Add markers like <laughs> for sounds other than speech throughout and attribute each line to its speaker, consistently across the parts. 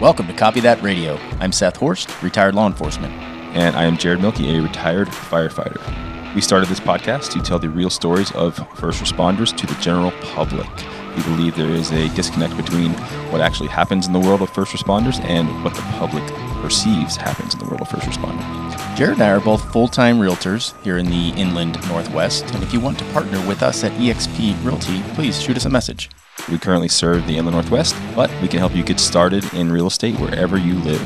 Speaker 1: Welcome to Copy That Radio. I'm Seth Horst, retired law enforcement.
Speaker 2: And I am Jared Milkey, a retired firefighter. We started this podcast to tell the real stories of first responders to the general public. We believe there is a disconnect between what actually happens in the world of first responders and what the public perceives happens in the world of first responders.
Speaker 1: Jared and I are both full time realtors here in the inland northwest, and if you want to partner with us at eXp Realty, please shoot us a message.
Speaker 2: We currently serve the Inland Northwest, but we can help you get started in real estate wherever you live.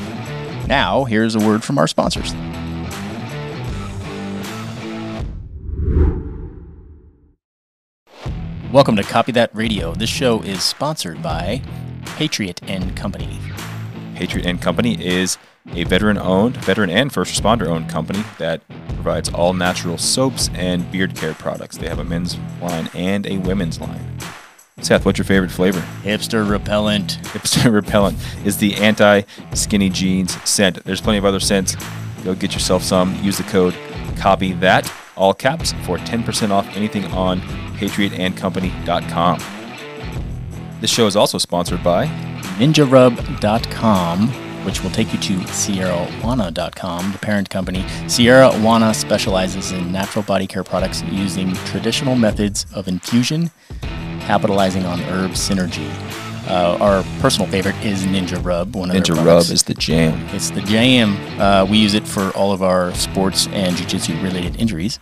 Speaker 1: Now, here's a word from our sponsors. Welcome to Copy That Radio. This show is sponsored by Patriot and Company.
Speaker 2: Patriot and Company is a veteran-owned, veteran and first responder-owned company that provides all natural soaps and beard care products. They have a men's line and a women's line. Seth, what's your favorite flavor? <laughs>
Speaker 1: Hipster repellent.
Speaker 2: Hipster <laughs> repellent is the anti-skinny jeans scent. There's plenty of other scents. Go get yourself some. Use the code copy that all caps for 10% off anything on patriotandcompany.com. This show is also sponsored by
Speaker 1: ninjarub.com, which will take you to sierrawana.com, the parent company. Sierra Wana specializes in natural body care products using traditional methods of infusion, capitalizing on herb synergy. Uh, our personal favorite is Ninja Rub. One of their
Speaker 2: Ninja Rub
Speaker 1: products.
Speaker 2: is the jam.
Speaker 1: It's the jam. Uh, we use it for all of our sports and jiu-jitsu related injuries.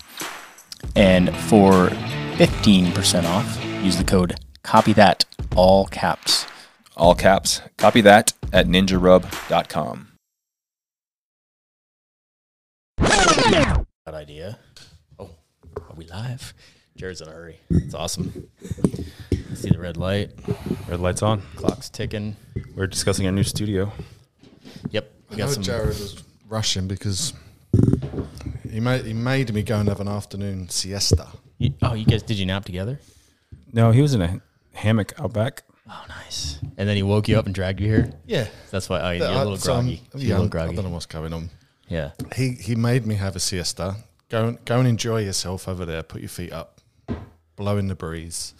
Speaker 1: And for 15% off, use the code copy that all caps.
Speaker 2: All caps. Copy that at ninjarub.com.
Speaker 1: That idea. Oh, are we live? Jared's in a hurry. It's awesome. See the red light.
Speaker 2: Red light's on.
Speaker 1: Clock's ticking.
Speaker 2: We're discussing our new studio.
Speaker 1: Yep. We
Speaker 3: I
Speaker 1: got
Speaker 3: know
Speaker 1: some.
Speaker 3: Jared was rushing because he made he made me go and have an afternoon siesta.
Speaker 1: You- oh, you guys, did you nap together?
Speaker 2: No, he was in a hammock out back.
Speaker 1: Oh, nice. And then he woke you up and dragged you here.
Speaker 3: Yeah,
Speaker 1: That's why. Oh, you're a little groggy.
Speaker 3: yeah,
Speaker 1: you're a little
Speaker 3: I'm- I
Speaker 1: groggy.
Speaker 3: don't know what's going on.
Speaker 1: Yeah.
Speaker 3: He he made me have a siesta. Go and, go and enjoy yourself over there. Put your feet up, blow in the breeze,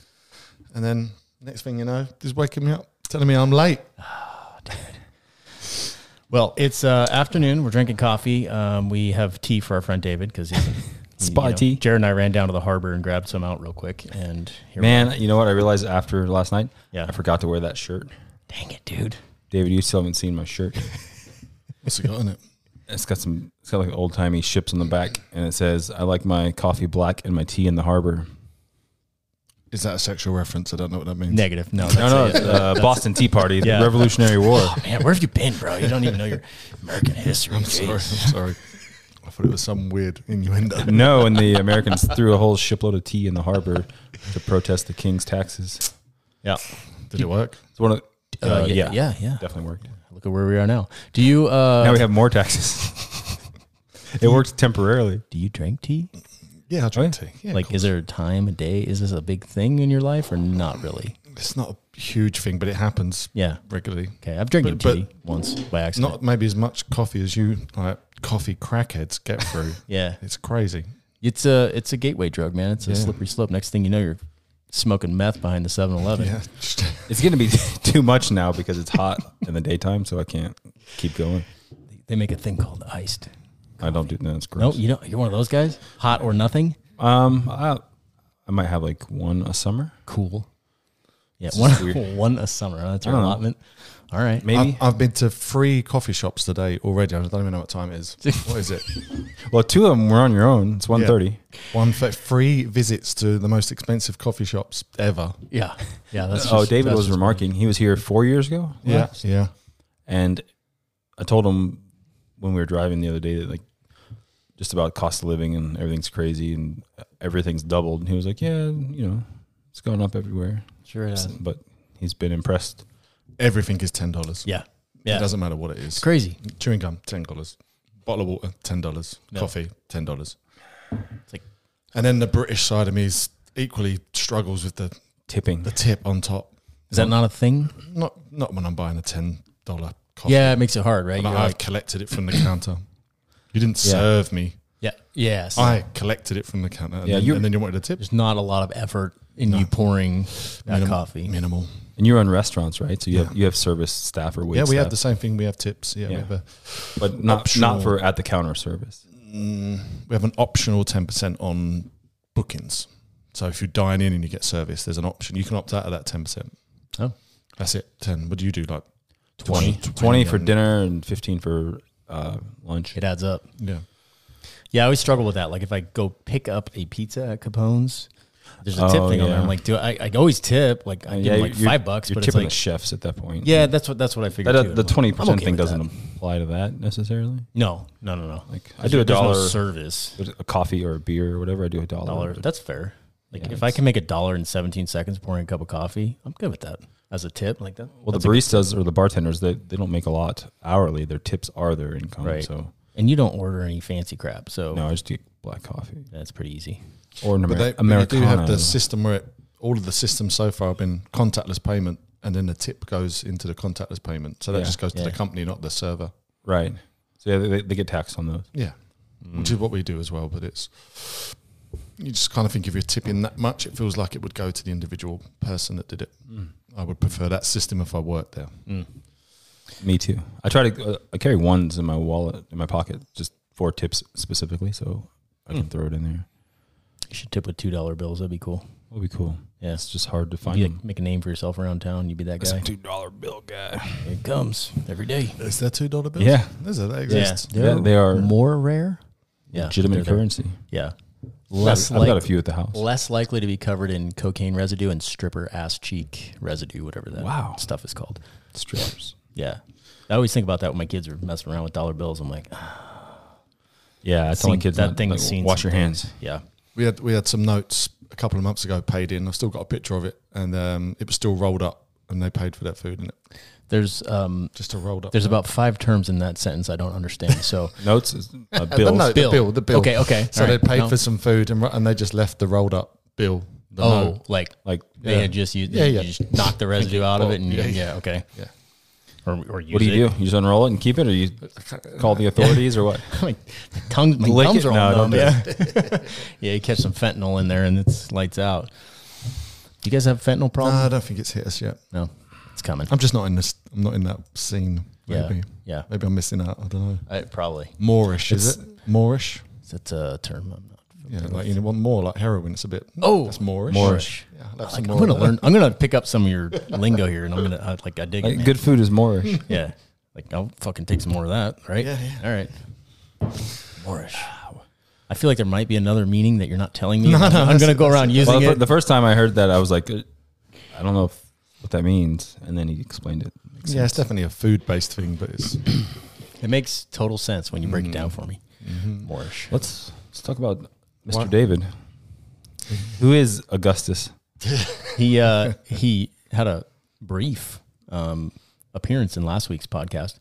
Speaker 3: and then next thing you know, he's waking me up, telling me I'm late.
Speaker 1: Well, it's uh, afternoon. We're drinking coffee. Um, we have tea for our friend David because he's
Speaker 2: Spot tea.
Speaker 1: Jared and I ran down to the harbor and grabbed some out real quick. And here
Speaker 2: Man, you know what I realized after last night?
Speaker 1: Yeah.
Speaker 2: I forgot to wear that shirt.
Speaker 1: we dang it, dude.
Speaker 2: David, you still haven't seen my shirt. <laughs>
Speaker 3: What's it got in it?
Speaker 2: It's got some, it's got like old timey ships on the back, and it says, "I like my coffee black and my tea in the harbor."
Speaker 3: Is that a sexual reference? I don't know what that means.
Speaker 1: Negative. No, <laughs> that's
Speaker 2: No, no,
Speaker 1: it.
Speaker 2: it's, uh, Boston Tea Party, the
Speaker 1: Yeah.
Speaker 2: Revolutionary War.
Speaker 1: Man, where have you been, bro? You don't even know your American history.
Speaker 3: I'm
Speaker 1: Jeez.
Speaker 3: sorry. I'm sorry. I thought it was some weird innuendo.
Speaker 2: No, and the Americans threw a whole shipload of tea in the harbor to protest the king's taxes.
Speaker 1: Yeah.
Speaker 3: Did it work?
Speaker 2: It's one of, the- uh,
Speaker 1: Uh, yeah,
Speaker 2: yeah,
Speaker 1: yeah, yeah.
Speaker 2: definitely worked.
Speaker 1: Look at where we are now. Do you uh,
Speaker 2: Now we have more taxes.
Speaker 1: <laughs>
Speaker 2: it worked temporarily.
Speaker 1: do you drink tea?
Speaker 3: Yeah, I drank tea. Yeah,
Speaker 1: uh, like, is there a time a day? Is this a big thing in your life or not really?
Speaker 3: it's not a huge thing, but it happens
Speaker 1: Yeah.
Speaker 3: regularly.
Speaker 1: Okay, I've drinking
Speaker 3: But- but-
Speaker 1: tea once by accident.
Speaker 3: Not maybe as much coffee as you like coffee crackheads get through.
Speaker 1: <laughs> yeah.
Speaker 3: It's crazy.
Speaker 1: It's a it's a gateway drug, man. It's a
Speaker 3: Yeah.
Speaker 1: slippery slope. Next thing you know, you're smoking meth behind the 7-Eleven.
Speaker 3: Yeah.
Speaker 2: It's going to be <laughs> too much now because it's hot in the daytime, so I can't keep going.
Speaker 1: They make a thing called iced.
Speaker 2: I don't do that. It's
Speaker 1: No,
Speaker 2: gross.
Speaker 1: you know you're one of those guys. Hot or nothing.
Speaker 2: Um, I, I might have like one a summer.
Speaker 1: Cool. Yeah,
Speaker 2: This
Speaker 1: one <laughs>
Speaker 2: is weird.
Speaker 1: one a summer. huh? That's your
Speaker 2: I don't know.
Speaker 1: allotment. All right.
Speaker 2: Maybe.
Speaker 3: I've, I've been to three coffee shops today already. I don't even know what
Speaker 1: <laughs>
Speaker 3: time it is. what is it?
Speaker 2: well, two of them were on your own. It's one thirty.
Speaker 3: One fa- three visits to the most expensive coffee shops ever.
Speaker 1: Yeah. Yeah. That's
Speaker 2: oh,
Speaker 1: just-
Speaker 2: David
Speaker 1: that's
Speaker 2: was
Speaker 1: just-
Speaker 2: remarking he was here four years ago.
Speaker 3: Yeah.
Speaker 2: perhaps.
Speaker 3: Yeah.
Speaker 2: and I told him when we were driving the other day that like just about cost of living and everything's crazy and everything's doubled. And he was like, "Yeah, you know, it's going up everywhere."
Speaker 1: Sure. it is.
Speaker 2: But he's been impressed.
Speaker 3: Everything is ten dollars.
Speaker 1: Yeah.
Speaker 3: It
Speaker 1: Yeah.
Speaker 3: doesn't matter what it is.
Speaker 1: Crazy.
Speaker 3: Chewing gum, ten dollars. Bottle of water, ten dollars.
Speaker 1: No.
Speaker 3: Coffee, ten dollars.
Speaker 1: It's like
Speaker 3: And then the British side of me is equally struggles with the,
Speaker 2: Tipping.
Speaker 3: the tip on top.
Speaker 1: is that not a thing?
Speaker 3: Not not when I'm buying a ten dollar coffee.
Speaker 1: Yeah, it makes it hard, right?
Speaker 3: Like,
Speaker 1: You're
Speaker 3: I
Speaker 1: like-
Speaker 3: collected it from the counter. You didn't
Speaker 2: Yeah.
Speaker 3: serve me.
Speaker 1: yeah. Yes.
Speaker 3: I collected it from the counter. And,
Speaker 2: Yeah,
Speaker 3: then,
Speaker 2: you're-
Speaker 3: and then you wanted a tip.
Speaker 1: There's not a lot of effort in you pouring that
Speaker 3: Minim-
Speaker 1: coffee.
Speaker 3: Minimal.
Speaker 2: And you run restaurants, right? So you have
Speaker 3: Yeah.
Speaker 2: you have service staff or wait
Speaker 3: yeah, we
Speaker 2: staff,
Speaker 3: have the same thing. We have tips. Yeah, we
Speaker 2: Yeah.
Speaker 3: have a
Speaker 2: but not
Speaker 3: optional-
Speaker 2: not for at the counter service.
Speaker 3: mm, we have an optional ten percent on bookings. So if you dine in and you get service, there's an option. You can opt out of that ten percent.
Speaker 1: Oh.
Speaker 3: that's it. Ten. What do you do? Like
Speaker 2: 20,
Speaker 3: 20,
Speaker 2: 20 for
Speaker 3: and-
Speaker 2: dinner and fifteen for uh, lunch.
Speaker 1: It adds up.
Speaker 3: yeah.
Speaker 1: Yeah, I always struggle with that. Like if I go pick up a pizza at Capone's, there's a tip
Speaker 2: Oh,
Speaker 1: thing on there.
Speaker 2: yeah.
Speaker 1: I'm like, do I, I always tip? Like I give 'em like
Speaker 2: you're-
Speaker 1: five bucks,
Speaker 2: You're
Speaker 1: but it's
Speaker 2: tipping
Speaker 1: like,
Speaker 2: the chefs at that point.
Speaker 1: yeah, that's what that's what I figured.
Speaker 2: that, uh,
Speaker 1: too.
Speaker 2: the
Speaker 1: I'm like,
Speaker 2: twenty
Speaker 1: I'm
Speaker 2: percent
Speaker 1: okay
Speaker 2: thing
Speaker 1: with
Speaker 2: doesn't
Speaker 1: that.
Speaker 2: apply to that necessarily.
Speaker 1: No, no, no, no.
Speaker 2: Like I
Speaker 1: There's
Speaker 2: do
Speaker 1: no-
Speaker 2: a
Speaker 1: there's no
Speaker 2: dollar,
Speaker 1: service.
Speaker 2: a coffee or a beer or whatever. I do a dollar.
Speaker 1: Dollar. That's fair. Like
Speaker 2: Yeah,
Speaker 1: if I
Speaker 2: it's-
Speaker 1: can make a dollar in 17 seconds pouring a cup of coffee, I'm good with that as a tip like that.
Speaker 2: Well,
Speaker 1: that's
Speaker 2: the
Speaker 1: a-
Speaker 2: baristas or the bartenders, they, they don't make a lot hourly. Their tips are their income.
Speaker 1: Right.
Speaker 2: So
Speaker 1: and you don't order any fancy crap, so
Speaker 2: no, I just do black coffee
Speaker 1: that's pretty easy.
Speaker 2: or an
Speaker 3: But
Speaker 2: Amer-
Speaker 3: they, but you
Speaker 2: Americano.
Speaker 3: do have the system where it, all of the systems so far have been contactless payment, and then the tip goes into the contactless payment. So that
Speaker 2: Yeah,
Speaker 3: just goes to the
Speaker 1: yeah.
Speaker 3: company, not the server.
Speaker 2: right. So yeah, they, they get taxed on those.
Speaker 3: Yeah, which is what we do as well. But it's you just kind of think if you're tipping that much, it feels like it would go to the individual person that did it. I would prefer that system if I worked there.
Speaker 2: Me too. I try to. Uh, I carry ones in my wallet in my pocket just for tips specifically, so I can throw it in there.
Speaker 1: You should tip with two dollar bills. That'd be cool.
Speaker 2: It'll be cool.
Speaker 1: Yeah,
Speaker 2: It's just hard to find
Speaker 1: you
Speaker 2: them.
Speaker 1: like, make a name for yourself around town. You'd be that guy.
Speaker 2: two dollar bill guy.
Speaker 1: Here it comes every day.
Speaker 3: Is there two dollar bills?
Speaker 2: Yeah.
Speaker 3: There's a, that exists.
Speaker 2: Yeah, they are
Speaker 1: more rare. Yeah,
Speaker 2: Legitimate
Speaker 1: they're there.
Speaker 2: currency.
Speaker 1: Yeah,
Speaker 2: I've,
Speaker 1: less
Speaker 2: I've got a
Speaker 1: like,
Speaker 2: few at the house.
Speaker 1: less likely to be covered in cocaine residue and stripper ass cheek residue, whatever that
Speaker 2: Wow.
Speaker 1: stuff is called.
Speaker 2: Strippers.
Speaker 1: Yeah, I always think about that when my kids are messing around with dollar bills. I'm like, ah,
Speaker 2: Yeah, I tell my
Speaker 1: Seen-
Speaker 2: kids
Speaker 1: that
Speaker 2: not-
Speaker 1: thing's
Speaker 2: like,
Speaker 1: seen
Speaker 2: wash
Speaker 1: some
Speaker 2: your hands.
Speaker 1: yeah,
Speaker 3: We had we had some notes a couple of months ago paid in. I've still got a picture of it, and um, it was still rolled up, and they paid for that food in it.
Speaker 1: there's um,
Speaker 3: Just a rolled up.
Speaker 1: there's
Speaker 3: note.
Speaker 1: about five terms in that sentence I don't understand. So <laughs>
Speaker 2: Notes, is- uh,
Speaker 3: Uh,
Speaker 2: bills.
Speaker 3: The, note,
Speaker 1: Bill.
Speaker 3: the bill, the bill.
Speaker 1: Okay, okay.
Speaker 3: So
Speaker 1: All
Speaker 3: they
Speaker 1: right.
Speaker 3: paid
Speaker 1: No.
Speaker 3: for some food and ro- and they just left the rolled up bill. The
Speaker 1: oh,
Speaker 3: note.
Speaker 1: like
Speaker 2: Like,
Speaker 1: they
Speaker 3: Yeah.
Speaker 1: had just used,
Speaker 3: Yeah,
Speaker 1: you
Speaker 3: yeah.
Speaker 1: just knocked the residue out of
Speaker 3: Well,
Speaker 1: it, and you-
Speaker 3: yeah,
Speaker 1: yeah,
Speaker 3: yeah.
Speaker 1: okay,
Speaker 3: Yeah.
Speaker 1: or or use
Speaker 2: what do you <laughs> do? You just unroll it and keep it, or you
Speaker 1: <laughs>
Speaker 2: call the authorities, or what?
Speaker 1: my tongue, my
Speaker 2: Lick
Speaker 1: thumbs
Speaker 2: it?
Speaker 1: are
Speaker 2: No,
Speaker 1: all numb.
Speaker 2: don't do
Speaker 1: Yeah. <laughs> yeah, you catch some fentanyl in there and it's lights out. You guys have fentanyl
Speaker 3: No, I
Speaker 1: problem?
Speaker 3: don't think it's hit us yet.
Speaker 1: no, it's coming.
Speaker 3: I'm just not in this. I'm not in that scene.
Speaker 1: yeah,
Speaker 3: Maybe.
Speaker 1: yeah,
Speaker 3: Maybe I'm missing out. I don't know.
Speaker 1: I, probably.
Speaker 3: Moorish is it? Moorish.
Speaker 1: That's a term. I'm not.
Speaker 3: Yeah, like you want more like heroin. It's a bit.
Speaker 1: Oh.
Speaker 3: that's Moorish.
Speaker 2: Moorish.
Speaker 3: Yeah, I'll have
Speaker 1: Like,
Speaker 3: some
Speaker 1: I'm
Speaker 3: more of
Speaker 1: gonna
Speaker 3: that.
Speaker 1: learn. I'm gonna pick up some of your lingo here, and I'm gonna I, like I dig it.
Speaker 2: Like,
Speaker 1: man.
Speaker 2: good food is Moorish.
Speaker 1: Yeah, like I'll fucking take some more of that. Right.
Speaker 3: Yeah, yeah.
Speaker 1: All right. Moorish. I feel like there might be another meaning that you're not telling me.
Speaker 3: No,
Speaker 1: I'm,
Speaker 3: no, that's-
Speaker 1: gonna go around using
Speaker 2: well, the,
Speaker 1: it.
Speaker 2: the first time I heard that, I was like, uh, I don't know if, what that means, and then he explained it. Makes
Speaker 3: Yeah,
Speaker 2: sense.
Speaker 3: it's definitely a food-based thing, but it's
Speaker 1: it makes total sense when you
Speaker 3: Mm-hmm.
Speaker 1: break it down for me. Moorish.
Speaker 2: Let's let's talk about Mr.
Speaker 3: What?
Speaker 2: David, who is Augustus.
Speaker 1: he uh, he had a brief um, appearance in last week's podcast.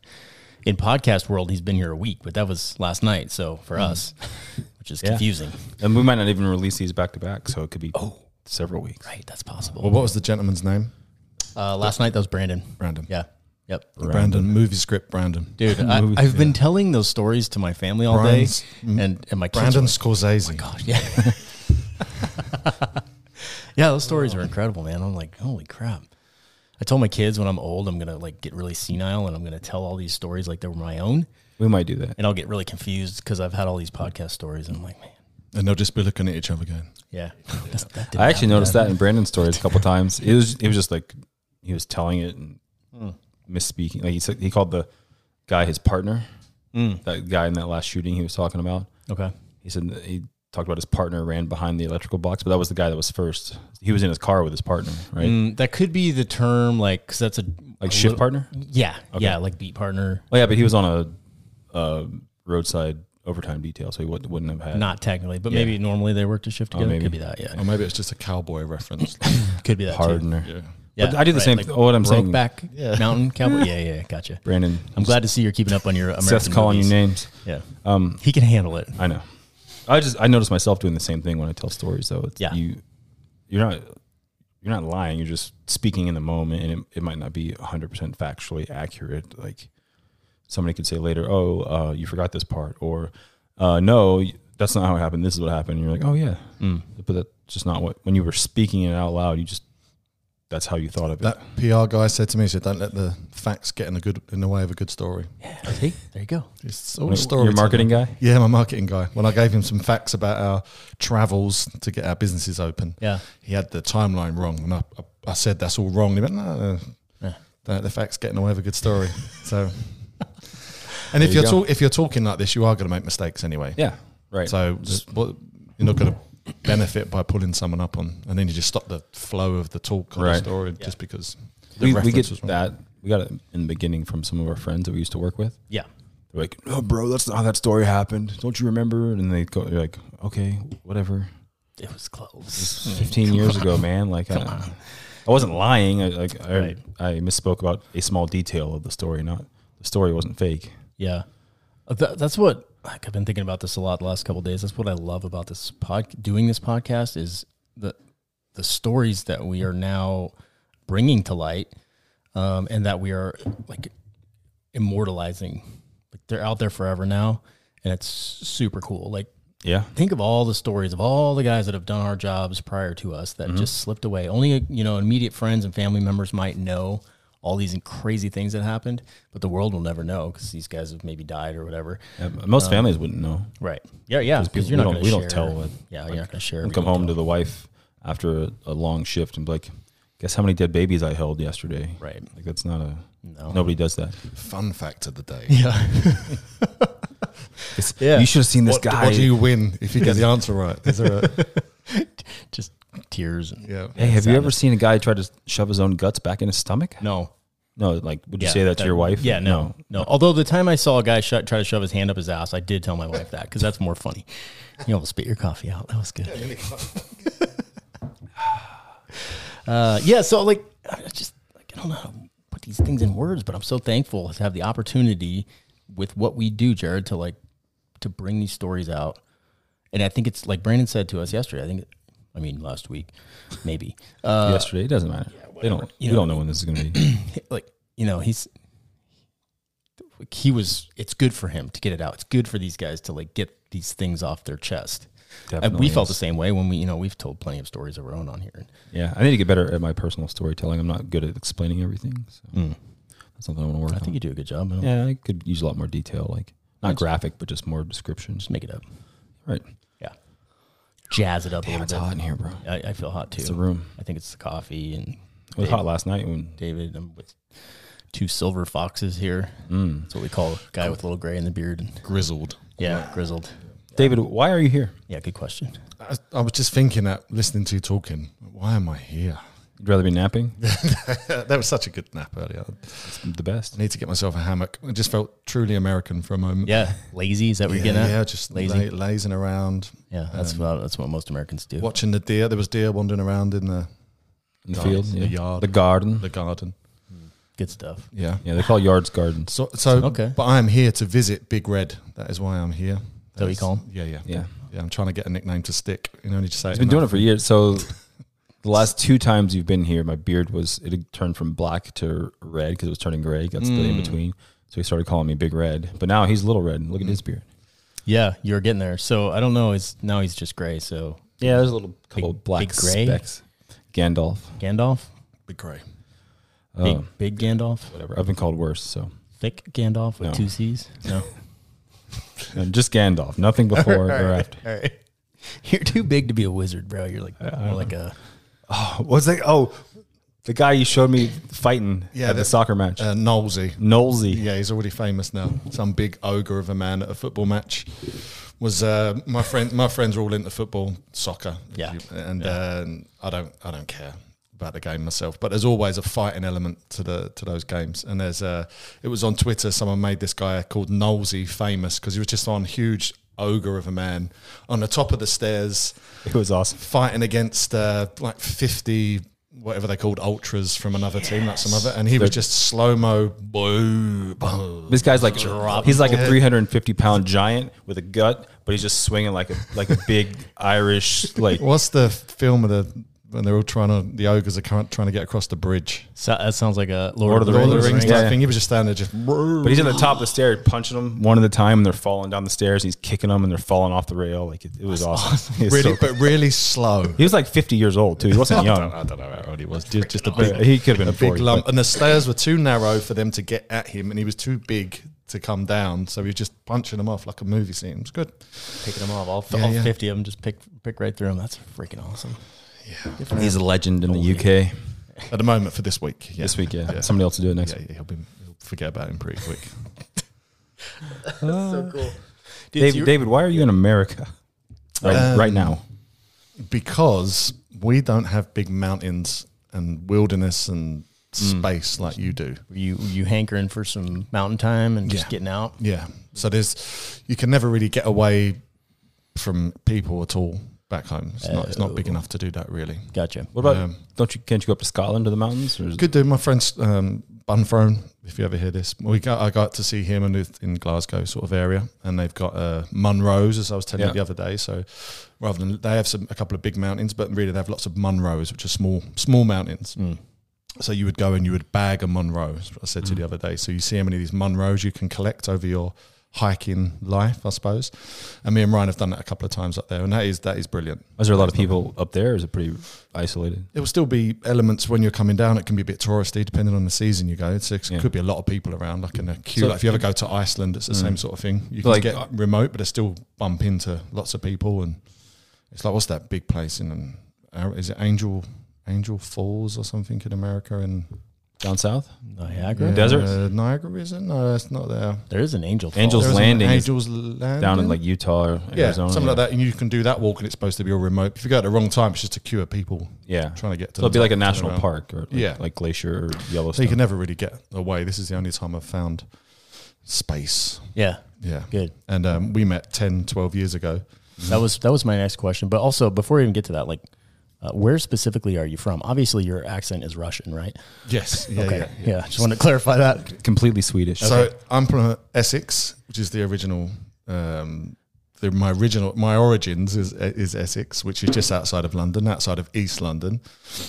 Speaker 1: In podcast world, he's been here a week, but that was last night. So for
Speaker 3: Mm.
Speaker 1: us, <laughs> which is
Speaker 2: Yeah.
Speaker 1: confusing,
Speaker 2: And we might not even release these back to back, so it could be
Speaker 1: Oh.
Speaker 2: several weeks.
Speaker 1: right? That's possible.
Speaker 3: well, what was the gentleman's name?
Speaker 1: uh, last night that was Brandon.
Speaker 3: Brandon.
Speaker 1: Yeah. Yep.
Speaker 3: Brandon. movie script. Brandon. <laughs>
Speaker 1: Dude, I,
Speaker 2: Movie-
Speaker 1: I've been telling those stories to my family all
Speaker 3: Brian's-
Speaker 1: day, and and Oh my kids.
Speaker 3: Brandon
Speaker 1: were
Speaker 3: Scorsese.
Speaker 1: like, Yeah. yeah, those stories are incredible, man. I'm like, holy crap. I told my kids when I'm old, I'm gonna like get really senile, and I'm gonna tell all these stories like they were my own.
Speaker 2: We might do that.
Speaker 1: and I'll get really confused because I've had all these podcast stories, and I'm like, man,
Speaker 3: And they'll just be looking at each other going,
Speaker 1: yeah. <laughs> that's- that didn't
Speaker 2: I actually
Speaker 1: happen.
Speaker 2: noticed that in Brandon's stories a couple times. It was it was just like he was telling it and
Speaker 1: Hmm.
Speaker 2: misspeaking. Like he said, he called the guy his partner.
Speaker 1: Hmm.
Speaker 2: That guy in that last shooting he was talking about.
Speaker 1: Okay,
Speaker 2: He said that he talked about his partner ran behind the electrical box, but that was the guy that was first. He was in his car with his partner, right?
Speaker 1: Mm, that could be the term, like, because that's a a
Speaker 2: Like shift
Speaker 1: little-
Speaker 2: partner.
Speaker 1: Yeah, yeah, like beat partner,
Speaker 2: Oh yeah, but he was on a, uh roadside overtime detail, so he wou- wouldn't have had.
Speaker 1: not technically, but maybe normally they worked a shift together.
Speaker 2: Oh, maybe. Um,
Speaker 1: Could be that, yeah.
Speaker 3: or maybe it's just a cowboy reference.
Speaker 1: Could be that. Too.
Speaker 2: partner.
Speaker 3: yeah.
Speaker 1: Yeah,
Speaker 2: But I do the
Speaker 1: right,
Speaker 2: same.
Speaker 1: like
Speaker 2: th- oh, what I'm saying,
Speaker 1: Back Mountain
Speaker 2: <laughs>
Speaker 1: Cowboy. <laughs> yeah, yeah, gotcha.
Speaker 2: Brandon.
Speaker 1: I'm glad to see you're keeping up on your American.
Speaker 2: Seth's calling
Speaker 1: movies.
Speaker 2: you names.
Speaker 1: Yeah,
Speaker 2: Um,
Speaker 1: he can handle <laughs> it.
Speaker 2: I know. I just I notice myself doing the same thing when I tell stories though. It's
Speaker 1: Yeah.
Speaker 2: You you're not you're not lying, you're just speaking in the moment and it, it might not be 100% factually accurate. Like somebody could say later, "Oh, uh, you forgot this part," or uh, "No, y- that's not how it happened. This Mm. is what happened." And you're like, "Oh yeah," but that's just not what. When you were speaking it out loud, you just that's how you thought of it.
Speaker 3: That PR guy said to me, he said, "Don't let the facts get in a good in the way of a good story."
Speaker 1: See, there you go.
Speaker 3: It's
Speaker 2: Your-
Speaker 3: all story.
Speaker 2: Your marketing guy.
Speaker 3: Yeah, my marketing guy. When I gave him some facts about our travels to get our businesses open,
Speaker 1: Yeah.
Speaker 3: he had the timeline wrong, and I, I, I said that's all wrong. And he went, "No, no, no.
Speaker 1: Yeah.
Speaker 3: Don't let the facts get in the way of a good
Speaker 2: <laughs>
Speaker 3: story." So, and
Speaker 2: There
Speaker 3: if
Speaker 2: you
Speaker 3: you're
Speaker 2: go.
Speaker 3: talk, if you're talking like this, you are going to make mistakes anyway.
Speaker 2: Yeah. Right.
Speaker 3: So just, what, you're not going to benefit by pulling someone up on, and then you just stop the flow of the talk or
Speaker 2: Right.
Speaker 3: the story just because the
Speaker 2: we, we get
Speaker 3: reference was wrong.
Speaker 2: that. We got it in the beginning from some of our friends that we used to work with.
Speaker 1: Yeah.
Speaker 2: They're like, "No, bro, that's not how that story happened. Don't you remember?" And they go, "You're like, okay, whatever.
Speaker 1: It was
Speaker 2: It's <laughs>
Speaker 1: close.
Speaker 2: 15 years ago, man. Like, I, I wasn't lying. I, like, I,
Speaker 1: Right.
Speaker 2: I misspoke about a small detail of the story. Not the story wasn't fake.
Speaker 1: Yeah. Uh, tha- that's what like, I've been thinking about this a lot the last couple of days. That's what I love about this pod doing this podcast is the the stories that we are now bringing to light um, and that we are like immortalizing. Like they're out there forever now and it's super cool. Like
Speaker 2: Yeah.
Speaker 1: think of all the stories of all the guys that have done our jobs prior to us
Speaker 2: Mm-hmm.
Speaker 1: that just slipped away. Only you know immediate friends and family members might know all these crazy things that happened, but the world will never know because these guys have maybe died or whatever.
Speaker 2: Yeah, but most families wouldn't know.
Speaker 1: Right? Yeah, yeah. Because
Speaker 2: people-
Speaker 1: you're not
Speaker 2: we don't-
Speaker 1: gonna
Speaker 2: we don't
Speaker 1: share.
Speaker 2: tell what-
Speaker 1: yeah, you're not gonna share.
Speaker 2: And come home to the wife after a, a long shift and be like, guess how many dead babies I held yesterday?
Speaker 1: Right.
Speaker 2: Like that's not a
Speaker 1: No.
Speaker 2: nobody does that.
Speaker 3: fun fact of the day.
Speaker 1: Yeah. <laughs> yeah.
Speaker 2: You should have seen this
Speaker 3: What,
Speaker 2: guy.
Speaker 3: what do you win if you get the answer right? Is there a,
Speaker 1: just tears. And,
Speaker 3: yeah.
Speaker 2: hey, have you ever
Speaker 1: Sadness.
Speaker 2: seen a guy try to shove his own guts back in his stomach?
Speaker 1: No.
Speaker 2: No, like would you say that, to your wife?
Speaker 1: Yeah, no, no. Although the time I saw a guy sho- try to shove his hand up his ass, I did tell my wife that because that's more funny. You almost spit your coffee out. That was good. uh, yeah, so like, I just like, I don't know how to put these things in words, but I'm so thankful to have the opportunity with what we do, Jared, to like to bring these stories out. And I think it's like Brandon said to us yesterday. I think, I mean, last week, maybe. Uh, <laughs>
Speaker 2: yesterday. It doesn't matter. they don't.
Speaker 1: You
Speaker 2: You,
Speaker 1: know
Speaker 2: don't know when this
Speaker 1: <coughs>
Speaker 2: is going to be.
Speaker 1: like you know he's he was it's good for him to get it out it's good for these guys to like get these things off their chest and
Speaker 2: Definitely
Speaker 1: we felt
Speaker 2: is.
Speaker 1: the same way when we you know we've told plenty of stories of our own on here
Speaker 2: yeah, I need to get better at my personal storytelling. I'm not good at explaining everything. So That's something I want to work
Speaker 1: Hmm. i think
Speaker 2: on.
Speaker 1: you do a good job man.
Speaker 2: yeah, I could use a lot more detail, like not graphic, but just more descriptions.
Speaker 1: just make it up
Speaker 2: Right.
Speaker 1: yeah jazz it up a
Speaker 2: Damn,
Speaker 1: little
Speaker 2: it's
Speaker 1: bit
Speaker 2: hot in here, bro.
Speaker 1: I, I feel hot too
Speaker 2: It's the room.
Speaker 1: i think it's the coffee and
Speaker 2: It was hot last night when
Speaker 1: david and with two silver foxes here
Speaker 2: Mm.
Speaker 1: that's what we call a guy with a little gray in the beard and
Speaker 3: Grizzled.
Speaker 1: yeah grizzled
Speaker 2: David. Why are you here?
Speaker 1: yeah good question
Speaker 3: I, I was just thinking that listening to you talking, why am I here?
Speaker 2: You'd rather be
Speaker 1: <laughs>
Speaker 2: napping.
Speaker 3: <laughs> that was such a good nap earlier.
Speaker 2: It's the best.
Speaker 3: I need to get myself a hammock. I just felt truly American for a moment.
Speaker 1: yeah lazy is that what
Speaker 3: yeah,
Speaker 1: you're getting at
Speaker 3: yeah, just
Speaker 1: Lazy.
Speaker 3: lazy, lazing around,
Speaker 1: yeah that's
Speaker 2: Um,
Speaker 1: what that's what most americans do
Speaker 3: watching the deer. There was deer wandering around in the
Speaker 2: In the
Speaker 3: Nice.
Speaker 2: field,
Speaker 3: The
Speaker 2: yeah.
Speaker 3: yard.
Speaker 2: the garden.
Speaker 3: the garden.
Speaker 1: good stuff
Speaker 3: Yeah.
Speaker 2: yeah, they call yards gardens.
Speaker 3: So, so
Speaker 1: Okay.
Speaker 3: But I am here to visit Big Red. That is why I'm here.
Speaker 1: So we
Speaker 3: That's-
Speaker 1: call him?
Speaker 3: Yeah, yeah,
Speaker 2: Yeah.
Speaker 3: yeah. I'm trying to get a nickname to stick. You know, you just say
Speaker 2: He's been doing it for years. So the last two times you've been here, my beard was it had turned from black to red because it was turning gray. That's the in
Speaker 1: Mm.
Speaker 2: between. So he started calling me Big Red, but now he's Little Red. Look at
Speaker 1: Mm.
Speaker 2: his beard.
Speaker 1: Yeah, you're getting there. So I don't know. Is now he's just gray. So
Speaker 2: Yeah, there's a little couple
Speaker 1: Big-
Speaker 2: black
Speaker 1: big gray?
Speaker 2: specks. Gandalf,
Speaker 1: Gandalf,
Speaker 3: Big Grey.
Speaker 2: Oh.
Speaker 1: big big Gandalf,
Speaker 2: whatever. I've been called worse, so
Speaker 1: thick Gandalf with
Speaker 2: No.
Speaker 1: two C's.
Speaker 2: <laughs>
Speaker 1: No,
Speaker 2: And just Gandalf.
Speaker 1: <laughs>
Speaker 2: Nothing before or after.
Speaker 1: all right. <laughs> You're too big to be a wizard, bro. You're like more like a
Speaker 2: What's that? Oh, the guy you showed me fighting
Speaker 3: Yeah,
Speaker 2: at the
Speaker 3: that-
Speaker 2: soccer match,
Speaker 3: Uh, Knowlesy.
Speaker 2: Nolsey.
Speaker 3: Yeah, he's already famous now. Some big ogre of a man at a football match was uh, my friend. My friends are all into football, soccer.
Speaker 1: Yeah.
Speaker 3: and um I don't, I don't care about the game myself. But there's always a fighting element to the to those games. And there's uh, it was on Twitter. Someone made this guy called Knowlesy famous because he was just on huge ogre of a man on the top of the stairs
Speaker 2: It was awesome.
Speaker 3: fighting against uh, like 50 whatever they called ultras from another team like some other and he was just slow mo boo boo.
Speaker 2: This guy's like he's like a 350 pound giant with a gut, but he's just swinging like a like a big Irish like
Speaker 3: what's the film of the and they're all trying to the ogres are current, trying to get across the bridge.
Speaker 1: So that sounds like a Lord,
Speaker 2: Lord of the
Speaker 3: Lord of
Speaker 2: Rings.
Speaker 3: the Rings
Speaker 2: Yeah,
Speaker 3: type
Speaker 2: yeah.
Speaker 3: thing. He was just standing there, just.
Speaker 2: But he's at the top of the stair, punching them one at a time, and they're falling down the stairs. And he's kicking them, and they're falling off the rail. Like <laughs> it, it was awesome. He was
Speaker 3: Really,
Speaker 2: so-
Speaker 3: but really slow.
Speaker 2: he was like 50 years old too. He
Speaker 3: <laughs>
Speaker 2: wasn't young.
Speaker 3: I don't know how old he was. Just, just a big,
Speaker 2: But he could have been
Speaker 3: a big
Speaker 2: 40,
Speaker 3: lump.
Speaker 2: but-
Speaker 3: And the stairs were too narrow for them to get at him, and he was too big to come down. So he was just punching them off like a movie scene. It was good.
Speaker 1: picking them off. All,
Speaker 3: Yeah,
Speaker 1: all
Speaker 3: yeah.
Speaker 1: 50 of them just pick pick right through them. That's freaking awesome.
Speaker 2: He's a legend in the UK.
Speaker 3: At the moment for this week. Yeah.
Speaker 2: This week, yeah.
Speaker 3: Yeah.
Speaker 2: Somebody else will do it next.
Speaker 3: Yeah, yeah, he'll, be, he'll forget about him pretty quick.
Speaker 1: so cool. Dude,
Speaker 2: David,
Speaker 1: so you-
Speaker 2: David, why are you in America right,
Speaker 3: Um,
Speaker 2: right now?
Speaker 3: because we don't have big mountains and wilderness and
Speaker 2: Mm.
Speaker 3: space like you do.
Speaker 1: were you were you hankering for some mountain time and just
Speaker 3: Yeah.
Speaker 1: getting out?
Speaker 3: Yeah. So there's, you can never really get away from people at all back home. It's not, it's not big enough to do that really.
Speaker 1: Gotcha.
Speaker 2: What about?
Speaker 3: um,
Speaker 2: don't you? Can't you go up to Scotland to the mountains? Or is
Speaker 3: Could do my friend um, Bunfrone, if you ever hear this. We got, I got to see him in, in Glasgow sort of area, and they've got uh, Munros, as I was telling
Speaker 2: Yeah.
Speaker 3: you the other day. So rather than they have some a couple of big mountains, but really they have lots of Munros, which are small small mountains. So you would go and you would bag a Munro. is what I said to you
Speaker 2: Mm.
Speaker 3: the other day. So you see how many of these Munros you can collect over your hiking life, I suppose. And me and Ryan have done that a couple of times up there, and that is that is brilliant.
Speaker 2: is there a lot of people up there? Or is it pretty isolated?
Speaker 3: It will still be elements when you're coming down. It can be a bit touristy depending on the season you go. So it
Speaker 2: Yeah.
Speaker 3: could be a lot of people around, like in a queue.
Speaker 2: So-
Speaker 3: like if you ever go to Iceland, it's the same sort of thing. You
Speaker 2: So
Speaker 3: can
Speaker 2: like- uh,
Speaker 3: get remote, but I still bump into lots of people. And it's like, what's that big place in? Um, is it Angel Angel Falls or something in America? And
Speaker 2: Down south,
Speaker 1: Niagara.
Speaker 2: Deserts?
Speaker 3: Uh, Niagara is it? No, it's not there.
Speaker 1: There is an angel. Falls.
Speaker 2: Angel's
Speaker 3: There is an
Speaker 2: Landing is
Speaker 3: Angel's Landing.
Speaker 2: down in like Utah or
Speaker 3: yeah,
Speaker 2: Arizona,
Speaker 3: something like that. And you can do that walk, and it's supposed to be all remote. If you go at the wrong time, it's just to queue of people
Speaker 2: Yeah,
Speaker 3: trying to get to.
Speaker 2: So it'll
Speaker 3: the
Speaker 2: be like a
Speaker 3: top, turn
Speaker 2: national
Speaker 3: around.
Speaker 2: park or like,
Speaker 3: Yeah.
Speaker 2: like Glacier or
Speaker 3: So you
Speaker 2: Yellowstone.
Speaker 3: can never really get away. This is the only time I've found space.
Speaker 1: Yeah.
Speaker 3: Yeah.
Speaker 1: Good.
Speaker 3: And um, we met 10, 12 years ago.
Speaker 1: That was that was my next question. But also before we even get to that, like, uh, where specifically are you from? Obviously, your accent is Russian, right?
Speaker 3: Yes. Yeah,
Speaker 1: okay.
Speaker 3: yeah.
Speaker 1: Yeah. Just want to clarify that.
Speaker 2: Completely Swedish.
Speaker 3: So I'm from Essex, which is the original. Um, the, my original, my origins is is Essex, which is just outside of London, outside of East London,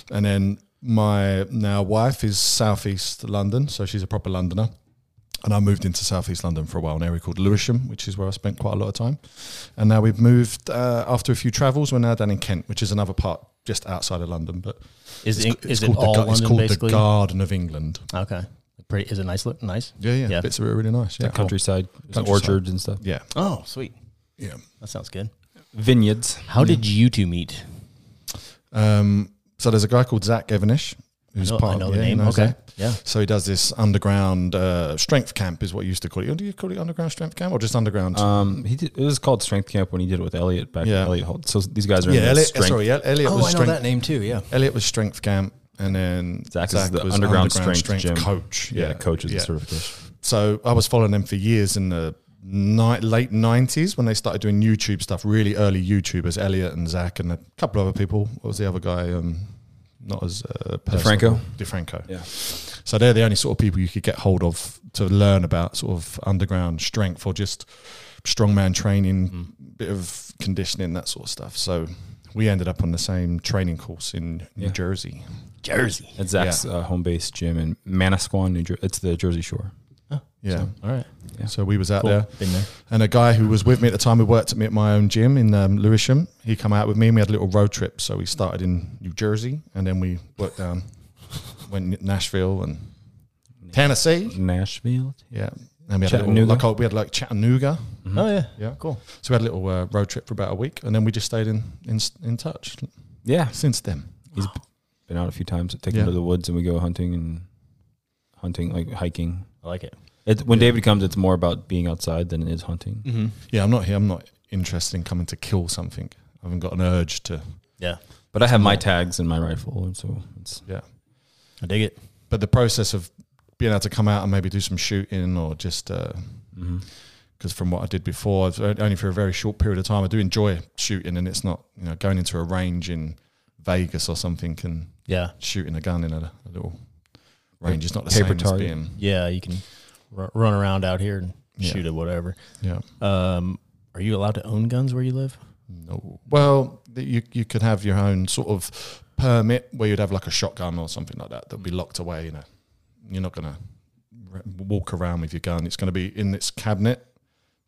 Speaker 3: and then my now wife is Southeast London, so she's a proper Londoner. And I moved into Southeast London for a while, an area called Lewisham, which is where I spent quite a lot of time. And now we've moved uh, after a few travels. We're now down in Kent, which is another part just outside of London, but
Speaker 1: Is it, is it
Speaker 3: called,
Speaker 1: all
Speaker 3: the, Gar- it's
Speaker 1: London
Speaker 3: called
Speaker 1: basically?
Speaker 3: the Garden of England.
Speaker 1: okay. Pretty. Is it nice? Look nice.
Speaker 3: Yeah, yeah,
Speaker 1: Yeah.
Speaker 3: bits of it are really nice. Yeah,
Speaker 2: countryside, there's
Speaker 3: Countryside.
Speaker 2: orchards and stuff,
Speaker 3: Yeah,
Speaker 1: Oh, sweet.
Speaker 3: yeah.
Speaker 1: That sounds good.
Speaker 2: vineyards.
Speaker 1: How did you two meet?
Speaker 3: Um, so there's a guy called Zach Evanish, who's
Speaker 1: I know,
Speaker 3: part
Speaker 1: I know
Speaker 3: of
Speaker 1: the
Speaker 3: yeah, you
Speaker 1: name.
Speaker 3: know
Speaker 1: okay.
Speaker 3: Zach.
Speaker 1: Yeah.
Speaker 3: So he does this underground uh, strength camp, is what you used to call it. Do you call it underground strength camp or just underground?
Speaker 2: Um, he did, it was called Strength Camp when he did it with Elliot back.
Speaker 3: Yeah.
Speaker 2: Elliot Holt. So these guys are
Speaker 3: yeah,
Speaker 2: in the
Speaker 3: Elliot.
Speaker 2: strength.
Speaker 3: Sorry, El- Elliot
Speaker 1: Oh,
Speaker 3: was
Speaker 1: I know
Speaker 3: strength.
Speaker 1: that name too. Yeah.
Speaker 3: Elliot was strength camp, and then
Speaker 2: Zach is the underground strength gym.
Speaker 3: coach.
Speaker 2: Yeah, coaches
Speaker 3: yeah.
Speaker 2: and certification.
Speaker 3: So I was following them for years in the ni- late nineties when they started doing YouTube stuff. Really early YouTubers, Elliot and Zach, and a couple other people. What was the other guy? Um, not as uh, personable. DeFranco.
Speaker 2: Yeah.
Speaker 3: So they're the only sort of people you could get hold of to learn about sort of underground strength or just strongman training,
Speaker 1: Mm.
Speaker 3: bit of conditioning, that sort of stuff. So we ended up on the same training course in
Speaker 2: Yeah.
Speaker 3: New Jersey.
Speaker 1: Jersey.
Speaker 2: At Zach's uh, home base gym in Manasquan, New Jersey. It's the Jersey Shore.
Speaker 3: Yeah. So,
Speaker 1: All right.
Speaker 3: we was out
Speaker 1: Cool.
Speaker 3: there.
Speaker 1: Been there.
Speaker 3: And a guy who was with me at the time, who worked at me at my own gym in um, Lewisham, he come out with me and we had a little road trip. So we started in New Jersey and then we worked down, went to Nashville and Tennessee.
Speaker 2: Nashville.
Speaker 3: Yeah. And we had, a little,
Speaker 2: Chattanooga?
Speaker 3: like, oh, we had like Chattanooga.
Speaker 1: Oh
Speaker 2: Mm-hmm.
Speaker 1: yeah.
Speaker 3: Oh, Yeah.
Speaker 1: Cool.
Speaker 3: So we had a little uh, road trip for about a week, and then we just stayed in in, in touch
Speaker 2: Yeah,
Speaker 3: since then.
Speaker 2: he's been out a few times. Take
Speaker 3: Yeah.
Speaker 2: him to the woods and we go hunting and hunting like hiking.
Speaker 1: I like it.
Speaker 2: It, when David comes, it's more about being outside than it is hunting.
Speaker 3: Yeah, I'm not here. I'm not interested in coming to kill something. I haven't got an urge to.
Speaker 1: Yeah.
Speaker 2: But I have my tags and my rifle, and so it's
Speaker 3: Yeah.
Speaker 1: I dig it.
Speaker 3: But the process of being able to come out and maybe do some shooting or just because
Speaker 2: mm-hmm.
Speaker 3: from what I did before, it's o- only for a very short period of time, I do enjoy shooting, and it's not you know going into a range in Vegas or something and
Speaker 1: Yeah.
Speaker 3: shooting a gun in a, a little range. It's not the
Speaker 2: Paper
Speaker 3: same
Speaker 2: target.
Speaker 3: as being
Speaker 1: Yeah. You can r- run around out here and
Speaker 3: Yeah.
Speaker 1: shoot at whatever.
Speaker 3: yeah.
Speaker 1: Um, are you allowed to own guns where you live?
Speaker 3: No. Well, th- you you could have your own sort of permit where you'd have like a shotgun or something like that that'd be locked away. You know, you're not gonna r- walk around with your gun. It's gonna be in this cabinet.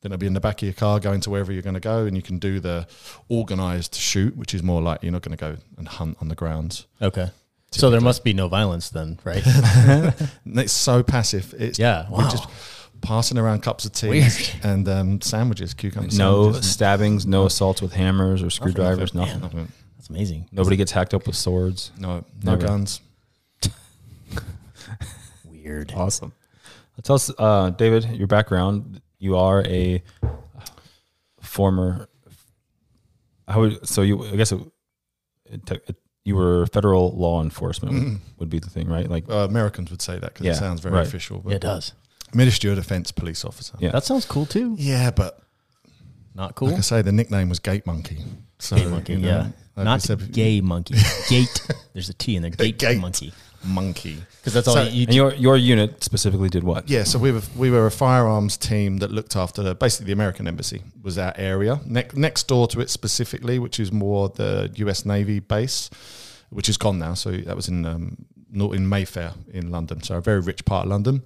Speaker 3: Then it'll be in the back of your car going to wherever you're going to go, and you can do the organized shoot, which is more like you're not going to go and hunt on the grounds.
Speaker 1: Okay. So there must be no violence then,
Speaker 3: <laughs>
Speaker 1: right?
Speaker 3: And it's so passive. It's
Speaker 1: Yeah,
Speaker 3: we're
Speaker 1: wow.
Speaker 3: just passing around cups of tea
Speaker 1: Weird.
Speaker 3: and um, sandwiches, cucumber
Speaker 2: No
Speaker 3: sandwiches.
Speaker 2: stabbings, no assaults with hammers or screwdrivers, nothing.
Speaker 3: Nothing.
Speaker 1: That's amazing.
Speaker 2: Nobody gets hacked up with swords.
Speaker 3: No, no
Speaker 2: Never.
Speaker 3: guns.
Speaker 1: Weird.
Speaker 2: Awesome. Tell us, uh, David, your background. You are a former. I would so you. I guess it, it, took- it- you were federal law enforcement
Speaker 3: Mm-hmm.
Speaker 2: would, would be the thing, right? Like,
Speaker 3: Uh, Americans would say that because
Speaker 2: Yeah,
Speaker 3: it sounds very
Speaker 2: right.
Speaker 3: official. But
Speaker 1: Yeah, it does.
Speaker 3: Ministry of Defence police officer.
Speaker 2: Yeah.
Speaker 1: That sounds cool too.
Speaker 3: Yeah, but
Speaker 1: Not cool.
Speaker 3: like I say, the nickname was Gate Monkey. So,
Speaker 1: gay monkey.
Speaker 3: you know,
Speaker 1: yeah.
Speaker 3: like I
Speaker 1: Not
Speaker 3: said, <laughs>
Speaker 1: gay monkey. Gate. There's a T in there. Gate,
Speaker 3: gate.
Speaker 1: monkey.
Speaker 3: monkey. <laughs>
Speaker 1: Because that's all
Speaker 3: So-
Speaker 1: you.
Speaker 2: and your your unit specifically did what?
Speaker 3: Yeah, so we were we were a firearms team that looked after the, basically the American embassy was our area ne- next door to it specifically, which is more the U.S. Navy base, which is gone now. So that was in um, not in Mayfair in London, so a very rich part of London.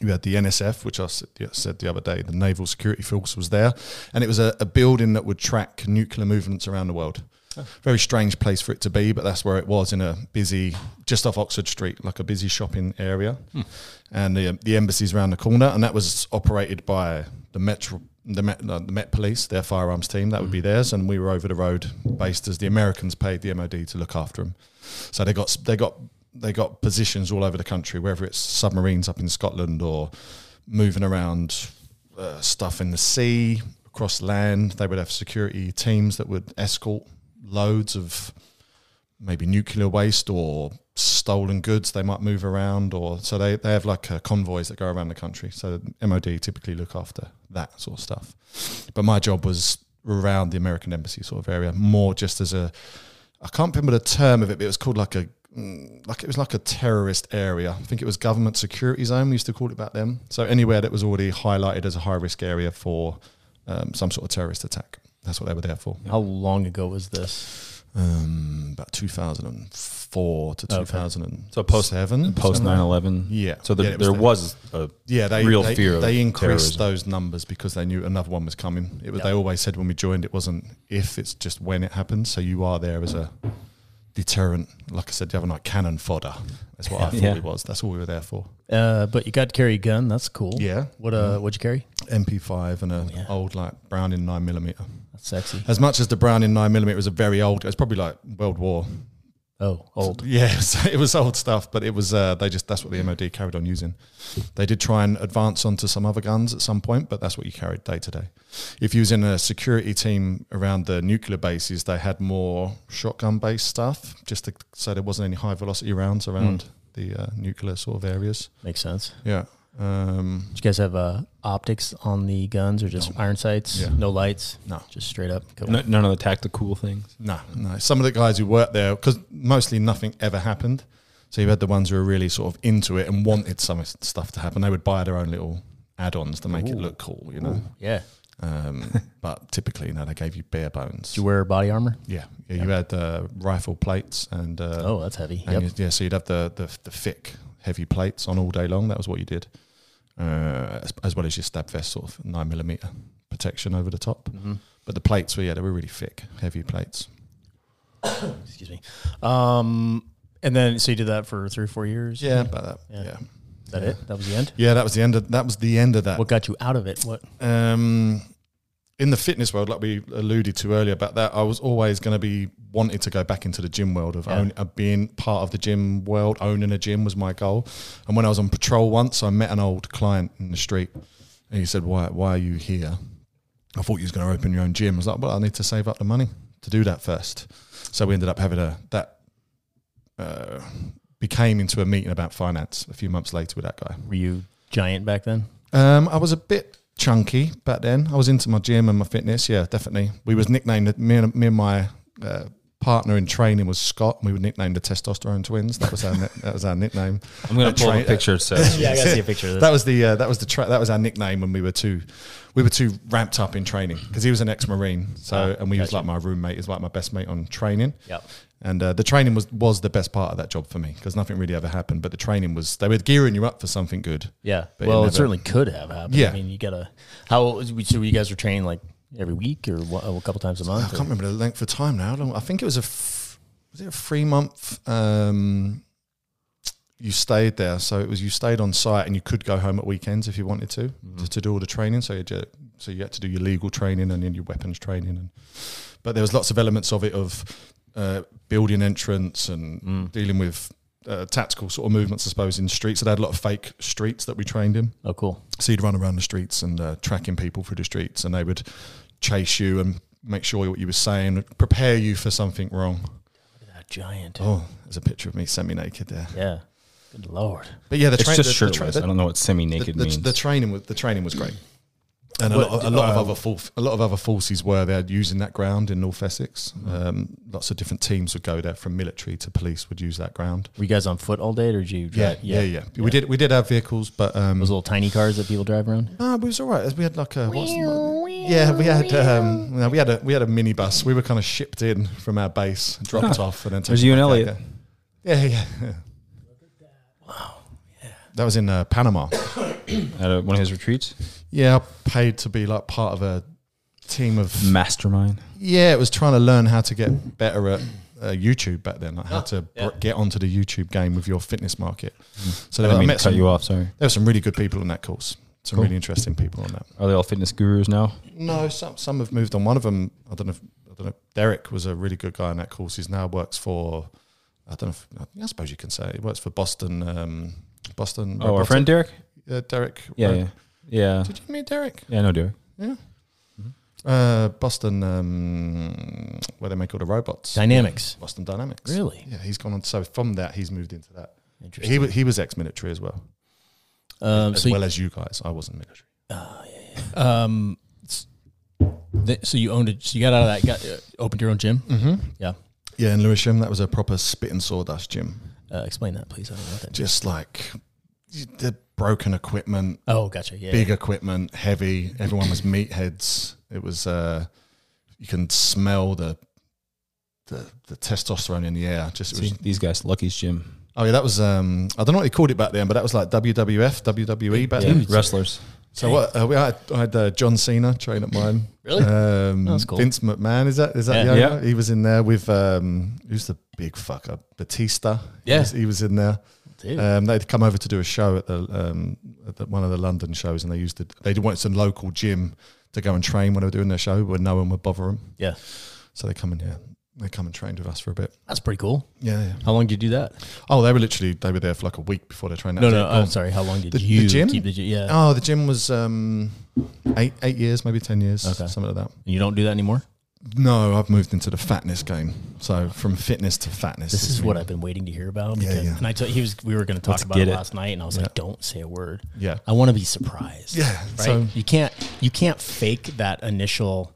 Speaker 3: You had the NSF, which I s- yeah, said the other day, the Naval Security Force was there, and it was a, a building that would track nuclear movements around the world. Very strange place for it to be, but that's where it was in a busy, just off Oxford Street, like a busy shopping area, and the the embassy's around the corner, and that was operated by the Metro. The Met, no, the Met Police, their firearms team, that would be theirs, and we were over the road based as the Americans paid the MOD to look after them. So they got they got they got positions all over the country, whether it's submarines up in Scotland or moving around uh, stuff in the sea, across land. They would have security teams that would escort loads of maybe nuclear waste or stolen goods they might move around or so they, they have like uh, convoys that go around the country so mod typically look after that sort of stuff but my job was around the american embassy sort of area more just as a i can't remember the term of it but it was called like a mm, like it was like a terrorist area i think it was government security zone we used to call it back then so anywhere that was already highlighted as a high risk area for um, some sort of terrorist attack that's what they were there for
Speaker 1: How long ago was this?
Speaker 3: um, about 2004 to
Speaker 1: Okay.
Speaker 3: 2007.
Speaker 2: So post-
Speaker 3: seven,
Speaker 2: Post 9-11?
Speaker 3: Yeah.
Speaker 2: So there,
Speaker 3: Yeah, it was
Speaker 2: there
Speaker 3: the-
Speaker 2: was a
Speaker 3: Yeah, they
Speaker 2: real
Speaker 3: they,
Speaker 2: fear of
Speaker 3: they increased
Speaker 2: terrorism.
Speaker 3: those numbers because they knew another one was coming. It was, They
Speaker 1: Yeah.
Speaker 3: always said when we joined, it wasn't if, it's just when it happens. So you are there as a deterrent. Like I said the other night, cannon fodder.
Speaker 2: <laughs>
Speaker 3: That's what I thought
Speaker 2: Yeah.
Speaker 3: it was. That's all we were there for.
Speaker 1: Uh, but you got to carry a gun. That's cool.
Speaker 3: Yeah. Mm-hmm.
Speaker 1: What uh? What'd you carry?
Speaker 3: MP5 and
Speaker 2: Oh,
Speaker 3: an
Speaker 1: yeah.
Speaker 3: old like Browning nine millimeter.
Speaker 1: That's sexy.
Speaker 3: As much as the Browning nine millimeter was a very old, it was probably like World War
Speaker 1: Oh, old.
Speaker 3: <laughs> Yeah, so it was old stuff, but it was uh, they just that's what the MOD carried on using. They did try and advance onto some other guns at some point, but that's what you carried day to day. If you was in a security team around the nuclear bases, they had more shotgun based stuff, just to, so there wasn't any high velocity rounds around the uh, nuclear sort of areas.
Speaker 1: Makes sense.
Speaker 3: Yeah. Um,
Speaker 1: Did you guys have uh, optics on the guns or just iron sights?
Speaker 3: Yeah.
Speaker 1: No lights.
Speaker 3: No.
Speaker 1: Just straight up. Cool.
Speaker 2: n- none of the tactical things.
Speaker 3: No, no. Some of the guys who worked there, because mostly nothing ever happened. So you had the ones who were really sort of into it and wanted some s- stuff to happen. They would buy their own little add-ons to make it look cool, you know.
Speaker 1: Yeah. <laughs>
Speaker 3: Um, but typically, no, they gave you bare bones.
Speaker 1: Did you wear body armor?
Speaker 3: yeah, yeah, you had uh, rifle plates and uh,
Speaker 1: Oh, that's heavy. Yep.
Speaker 3: and you- yeah, so you'd have the, the the thick, heavy plates on all day long. That was what you did, uh, as, as well as your stab vest, sort of nine millimeter protection over the top.
Speaker 1: Mm-hmm.
Speaker 3: But the plates were yeah, they were really thick, heavy plates.
Speaker 1: Excuse me. Um, and then so you did that for three or four years.
Speaker 3: Yeah, about that.
Speaker 1: Yeah.
Speaker 3: yeah.
Speaker 1: Is that it? That was the end.
Speaker 3: Yeah, that was the end of that was the end of that.
Speaker 1: What got you out of it? What?
Speaker 3: Um, in the fitness world, like we alluded to earlier about that, I was always going to be wanted to go back into the gym world of,
Speaker 1: Yeah.
Speaker 3: own, of being part of the gym world. Owning a gym was my goal. And when I was on patrol once, I met an old client in the street, and he said, "Why, why are you here?" I thought you was going to open your own gym. I was like, "Well, I need to save up the money to do that first. So we ended up having a that uh, became into a meeting about finance a few months later with that guy.
Speaker 1: Were you giant back then?
Speaker 3: Um, I was a bit chunky back then. I was into my gym and my fitness. Yeah, definitely. We was nicknamed me and, me and my uh, partner in training was Scott, and we were nicknamed the testosterone twins. That was our ni- that was our nickname.
Speaker 2: I'm gonna
Speaker 3: That
Speaker 2: pull up a
Speaker 3: train-
Speaker 2: picture. It says
Speaker 1: Yeah, I
Speaker 3: <laughs>
Speaker 1: gotta see a picture of
Speaker 3: That was the uh, that was the tra- that was our nickname when we were too we were too ramped up in training because he was an ex marine. So
Speaker 1: Ah,
Speaker 3: and we was
Speaker 1: gotcha.
Speaker 3: like my roommate, is like my best mate on training.
Speaker 1: Yep.
Speaker 3: And uh, the training was was the best part of that job for me because nothing really ever happened. But the training was they were gearing you up for something good.
Speaker 1: Yeah.
Speaker 3: But it
Speaker 1: well, it,
Speaker 3: never-
Speaker 1: certainly could have happened. I
Speaker 3: Yeah.
Speaker 1: mean, you gotta. How so? You guys were training like every week or what, a couple times a
Speaker 3: I
Speaker 1: month?
Speaker 3: can't
Speaker 1: or-
Speaker 3: remember the length of time now. How long- I think it was a f- was it a three month. Um, you stayed there, so it was you stayed on site, and you could go home at weekends if you wanted to to, to do all the training. So you ju- so you had to do your legal training and then your weapons training, and but there was lots of elements of it of uh, building entrance and dealing with. Uh, tactical sort of movements, I suppose, in streets. So they had a lot of fake streets that we trained in.
Speaker 1: Oh, cool.
Speaker 3: So you'd run around the streets and uh, tracking people through the streets, and they would chase you and make sure what you were saying, prepare you for something wrong.
Speaker 1: Look at that giant.
Speaker 3: Oh, there's a picture of me semi naked there.
Speaker 1: Yeah. Good lord.
Speaker 3: But yeah, the
Speaker 2: It's
Speaker 3: train-
Speaker 2: just
Speaker 3: the, the,
Speaker 2: shirtless.
Speaker 3: the-
Speaker 2: I don't know what
Speaker 3: the-
Speaker 2: semi-naked
Speaker 3: the-
Speaker 2: means. um,
Speaker 3: the training was the training was great, and a
Speaker 1: What-
Speaker 3: lot, of, a lot
Speaker 1: uh,
Speaker 3: of other forf- a lot of other forces were there using that ground in North Essex. Um, lots of different teams would go there, from military to police would use that ground.
Speaker 1: Were you guys on foot all day, or did you?
Speaker 3: Yeah,
Speaker 1: Drive?
Speaker 3: yeah, yeah. We did we did have vehicles, but um,
Speaker 1: Those little tiny cars that people drive around.
Speaker 3: No, but it was all right. We had like a what's yeah, we had um, no, we had a we had a minibus. We were kind of shipped in from our base, dropped off, and then
Speaker 2: There's
Speaker 3: taken
Speaker 2: you and
Speaker 3: back
Speaker 2: Elliot.
Speaker 3: out there. Yeah, yeah. yeah. Wow, that was in uh, Panama.
Speaker 2: at a, one of his retreats.
Speaker 3: yeah, I paid to be like part of a team of
Speaker 2: Mastermind.
Speaker 3: yeah. It was trying to learn how to get better at. Uh, YouTube back then, like how to br- get onto the YouTube game with your fitness market. So
Speaker 2: I Hmm. didn't
Speaker 3: there, I
Speaker 2: mean to
Speaker 3: met
Speaker 2: cut
Speaker 3: some,
Speaker 2: you off. Sorry.
Speaker 3: there were some really good people on that course. Some really interesting people on that.
Speaker 2: Are they all fitness gurus now?
Speaker 3: No, some some have moved on. One of them, I don't know. If, I don't know. Derek was a really good guy in that course. He's now works for. I don't know. If, I- I suppose you can say he works for Boston. Um, Boston.
Speaker 2: Oh, our
Speaker 3: Robotic-
Speaker 2: friend Derek.
Speaker 3: uh, Derek.
Speaker 2: Yeah,
Speaker 3: Ro-
Speaker 2: yeah, yeah,
Speaker 3: Did you meet Derek?
Speaker 2: yeah. No, Derek.
Speaker 3: Yeah. Uh, Boston, um, where they make all the robots.
Speaker 1: Dynamics.
Speaker 3: Boston Dynamics.
Speaker 1: Really?
Speaker 3: Yeah, he's gone on. So from that, he's moved into that.
Speaker 1: Interesting.
Speaker 3: He was, he was ex-military as well,
Speaker 1: um,
Speaker 3: as
Speaker 1: so, you- Ah,
Speaker 3: well as you guys. I wasn't military.
Speaker 1: <laughs> um, s- th- so you owned it. So you got out of that. Got uh, opened your own gym. Mm-hmm. Yeah.
Speaker 3: Yeah, in Lewisham, that was a proper spit and sawdust gym.
Speaker 1: Uh, explain that, please. I don't know what that.
Speaker 3: Just like the broken equipment,
Speaker 1: Oh, gotcha. Yeah.
Speaker 3: big equipment, heavy. Everyone was meatheads. It was uh, you can smell the the, the testosterone in the air. Just it was,
Speaker 2: See, these guys, Lucky's gym.
Speaker 3: oh yeah, that was um, I don't know what they called it back then, but that was like WWF, WWE E back
Speaker 2: Yeah,
Speaker 3: then.
Speaker 2: wrestlers.
Speaker 3: So what uh, we had, I had uh, John Cena train at mine.
Speaker 1: Really?
Speaker 3: Um,
Speaker 1: That's cool.
Speaker 3: Vince McMahon is that is that
Speaker 1: Yeah.
Speaker 3: the
Speaker 2: Yeah.
Speaker 3: owner? He was in there with um, who's the big fucker Batista. He
Speaker 1: Yeah.
Speaker 3: was- he was in there.
Speaker 1: Dude.
Speaker 3: Um, they'd come over to do a show at the, um, at the one of the London shows, and they used the, they wanted some local gym to go and train when they were doing their show, where no one would bother them.
Speaker 1: yeah.
Speaker 3: So they come and yeah, they come and trained with us for a bit.
Speaker 1: That's pretty cool.
Speaker 3: Yeah, yeah.
Speaker 1: How long did you do that?
Speaker 3: Oh, they were literally they were there for like a week before they trained.
Speaker 1: No,
Speaker 3: That
Speaker 1: no.
Speaker 3: was it.
Speaker 1: I'm sorry. How long did
Speaker 3: The- the
Speaker 1: you
Speaker 3: gym?
Speaker 1: keep the gym? Yeah.
Speaker 3: Oh, the gym was um, eight eight years, maybe ten years,
Speaker 1: Okay.
Speaker 3: something like that.
Speaker 1: And you don't do that anymore.
Speaker 3: No, I've moved into the fatness game. So from fitness to fatness.
Speaker 1: This is
Speaker 3: been-
Speaker 1: what I've been waiting to hear about.
Speaker 3: Yeah,
Speaker 1: because-
Speaker 3: yeah.
Speaker 1: And I told he was we were going to talk
Speaker 2: Let's
Speaker 1: about it
Speaker 2: get it.
Speaker 1: last night, and I was like,
Speaker 3: Yeah.
Speaker 1: "Don't say a word.
Speaker 3: Yeah.
Speaker 1: I want to be surprised.
Speaker 3: Yeah,
Speaker 1: right.
Speaker 3: so-
Speaker 1: you can't you can't fake that initial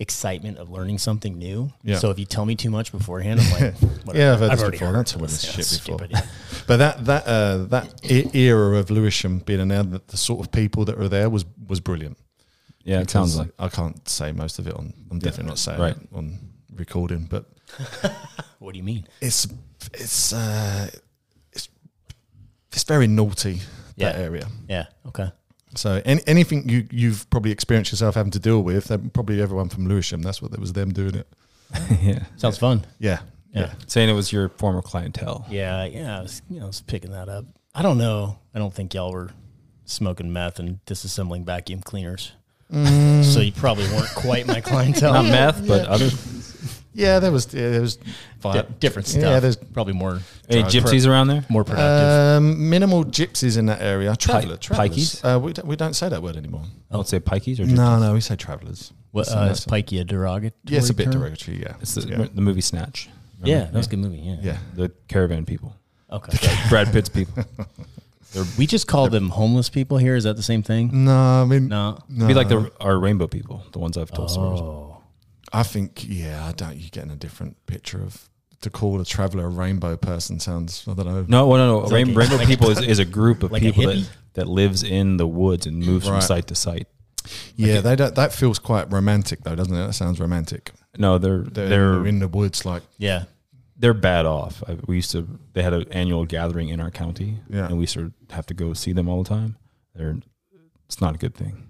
Speaker 1: excitement of learning something new.
Speaker 3: Yeah.
Speaker 1: So if you tell me too much beforehand, I'm <laughs> like, whatever.
Speaker 3: Yeah, I've heard this
Speaker 1: already
Speaker 3: before. I
Speaker 1: heard
Speaker 3: don't tell this
Speaker 1: Yeah,
Speaker 3: shit
Speaker 1: that's
Speaker 3: before.
Speaker 1: stupid. <laughs>
Speaker 3: But that that uh, that e- era of Lewisham being in there, the, the sort of people that were there was was brilliant.
Speaker 2: Yeah, it sounds
Speaker 3: Because
Speaker 2: like. <laughs>
Speaker 3: I can't say most of it on. I'm definitely not saying
Speaker 2: right.
Speaker 3: it on recording, but
Speaker 1: what do you mean?
Speaker 3: it's it's uh, it's it's very naughty that
Speaker 1: Yeah.
Speaker 3: area.
Speaker 1: Yeah. Okay.
Speaker 3: So any, anything you you've probably experienced yourself having to deal with, um, probably everyone from Lewisham. That's what it was them doing it.
Speaker 2: yeah.
Speaker 1: Sounds fun.
Speaker 3: Yeah,
Speaker 1: Yeah.
Speaker 2: Saying it was your former clientele.
Speaker 1: Yeah. Yeah. I was, you know, I was picking that up. I don't know. I don't think y'all were smoking meth and disassembling vacuum cleaners. so you probably weren't quite <laughs> my clientele.
Speaker 2: Not meth, but other.
Speaker 3: yeah. There was yeah, there was
Speaker 1: Di-
Speaker 3: fire.
Speaker 1: different
Speaker 3: Yeah,
Speaker 1: stuff.
Speaker 3: there's-
Speaker 1: probably more
Speaker 2: Any
Speaker 1: pro-
Speaker 2: gypsies around there?
Speaker 1: more productive.
Speaker 3: Um, minimal gypsies in that area. Traveller,
Speaker 2: pikies?
Speaker 3: travellers. Uh, we, don't, we don't say that word anymore.
Speaker 2: I would say pikeys or gypsies.
Speaker 3: No, no, we say travellers.
Speaker 1: what,
Speaker 3: So
Speaker 1: uh,
Speaker 3: that's-
Speaker 1: is Pikey a derogatory?
Speaker 3: yeah, it's a bit
Speaker 1: term?
Speaker 3: derogatory. Yeah,
Speaker 2: It's the,
Speaker 3: yeah.
Speaker 2: the movie Snatch.
Speaker 1: Yeah, that was a good movie. Yeah.
Speaker 3: yeah.
Speaker 2: The
Speaker 1: <laughs>
Speaker 2: caravan people.
Speaker 1: Okay.
Speaker 2: Brad Pitt's people.
Speaker 1: we just call them homeless people here. Is that the same thing?
Speaker 3: No, I mean,
Speaker 1: No.
Speaker 2: Be like the our rainbow people, the ones I've told stories.
Speaker 1: Oh.
Speaker 3: I think yeah, I don't. You're getting a different picture of to call a traveller a rainbow person sounds. I don't know.
Speaker 2: No, well, no, no.
Speaker 1: like
Speaker 2: Rain,
Speaker 1: a-
Speaker 2: rainbow people is, is a group of
Speaker 1: Like a
Speaker 2: people that,
Speaker 1: hippie?
Speaker 2: that lives in the woods and moves from
Speaker 3: Right.
Speaker 2: site to site.
Speaker 3: yeah, they don't. That feels quite romantic though, doesn't it? That sounds romantic.
Speaker 2: No, they're
Speaker 3: They're,
Speaker 2: they're
Speaker 1: Hmm.
Speaker 3: in the woods, like
Speaker 1: Yeah.
Speaker 2: they're bad off. I, we used to they had an annual gathering in our county,
Speaker 3: Yeah.
Speaker 2: and we used to have to go see them all the time. They're it's not a good thing.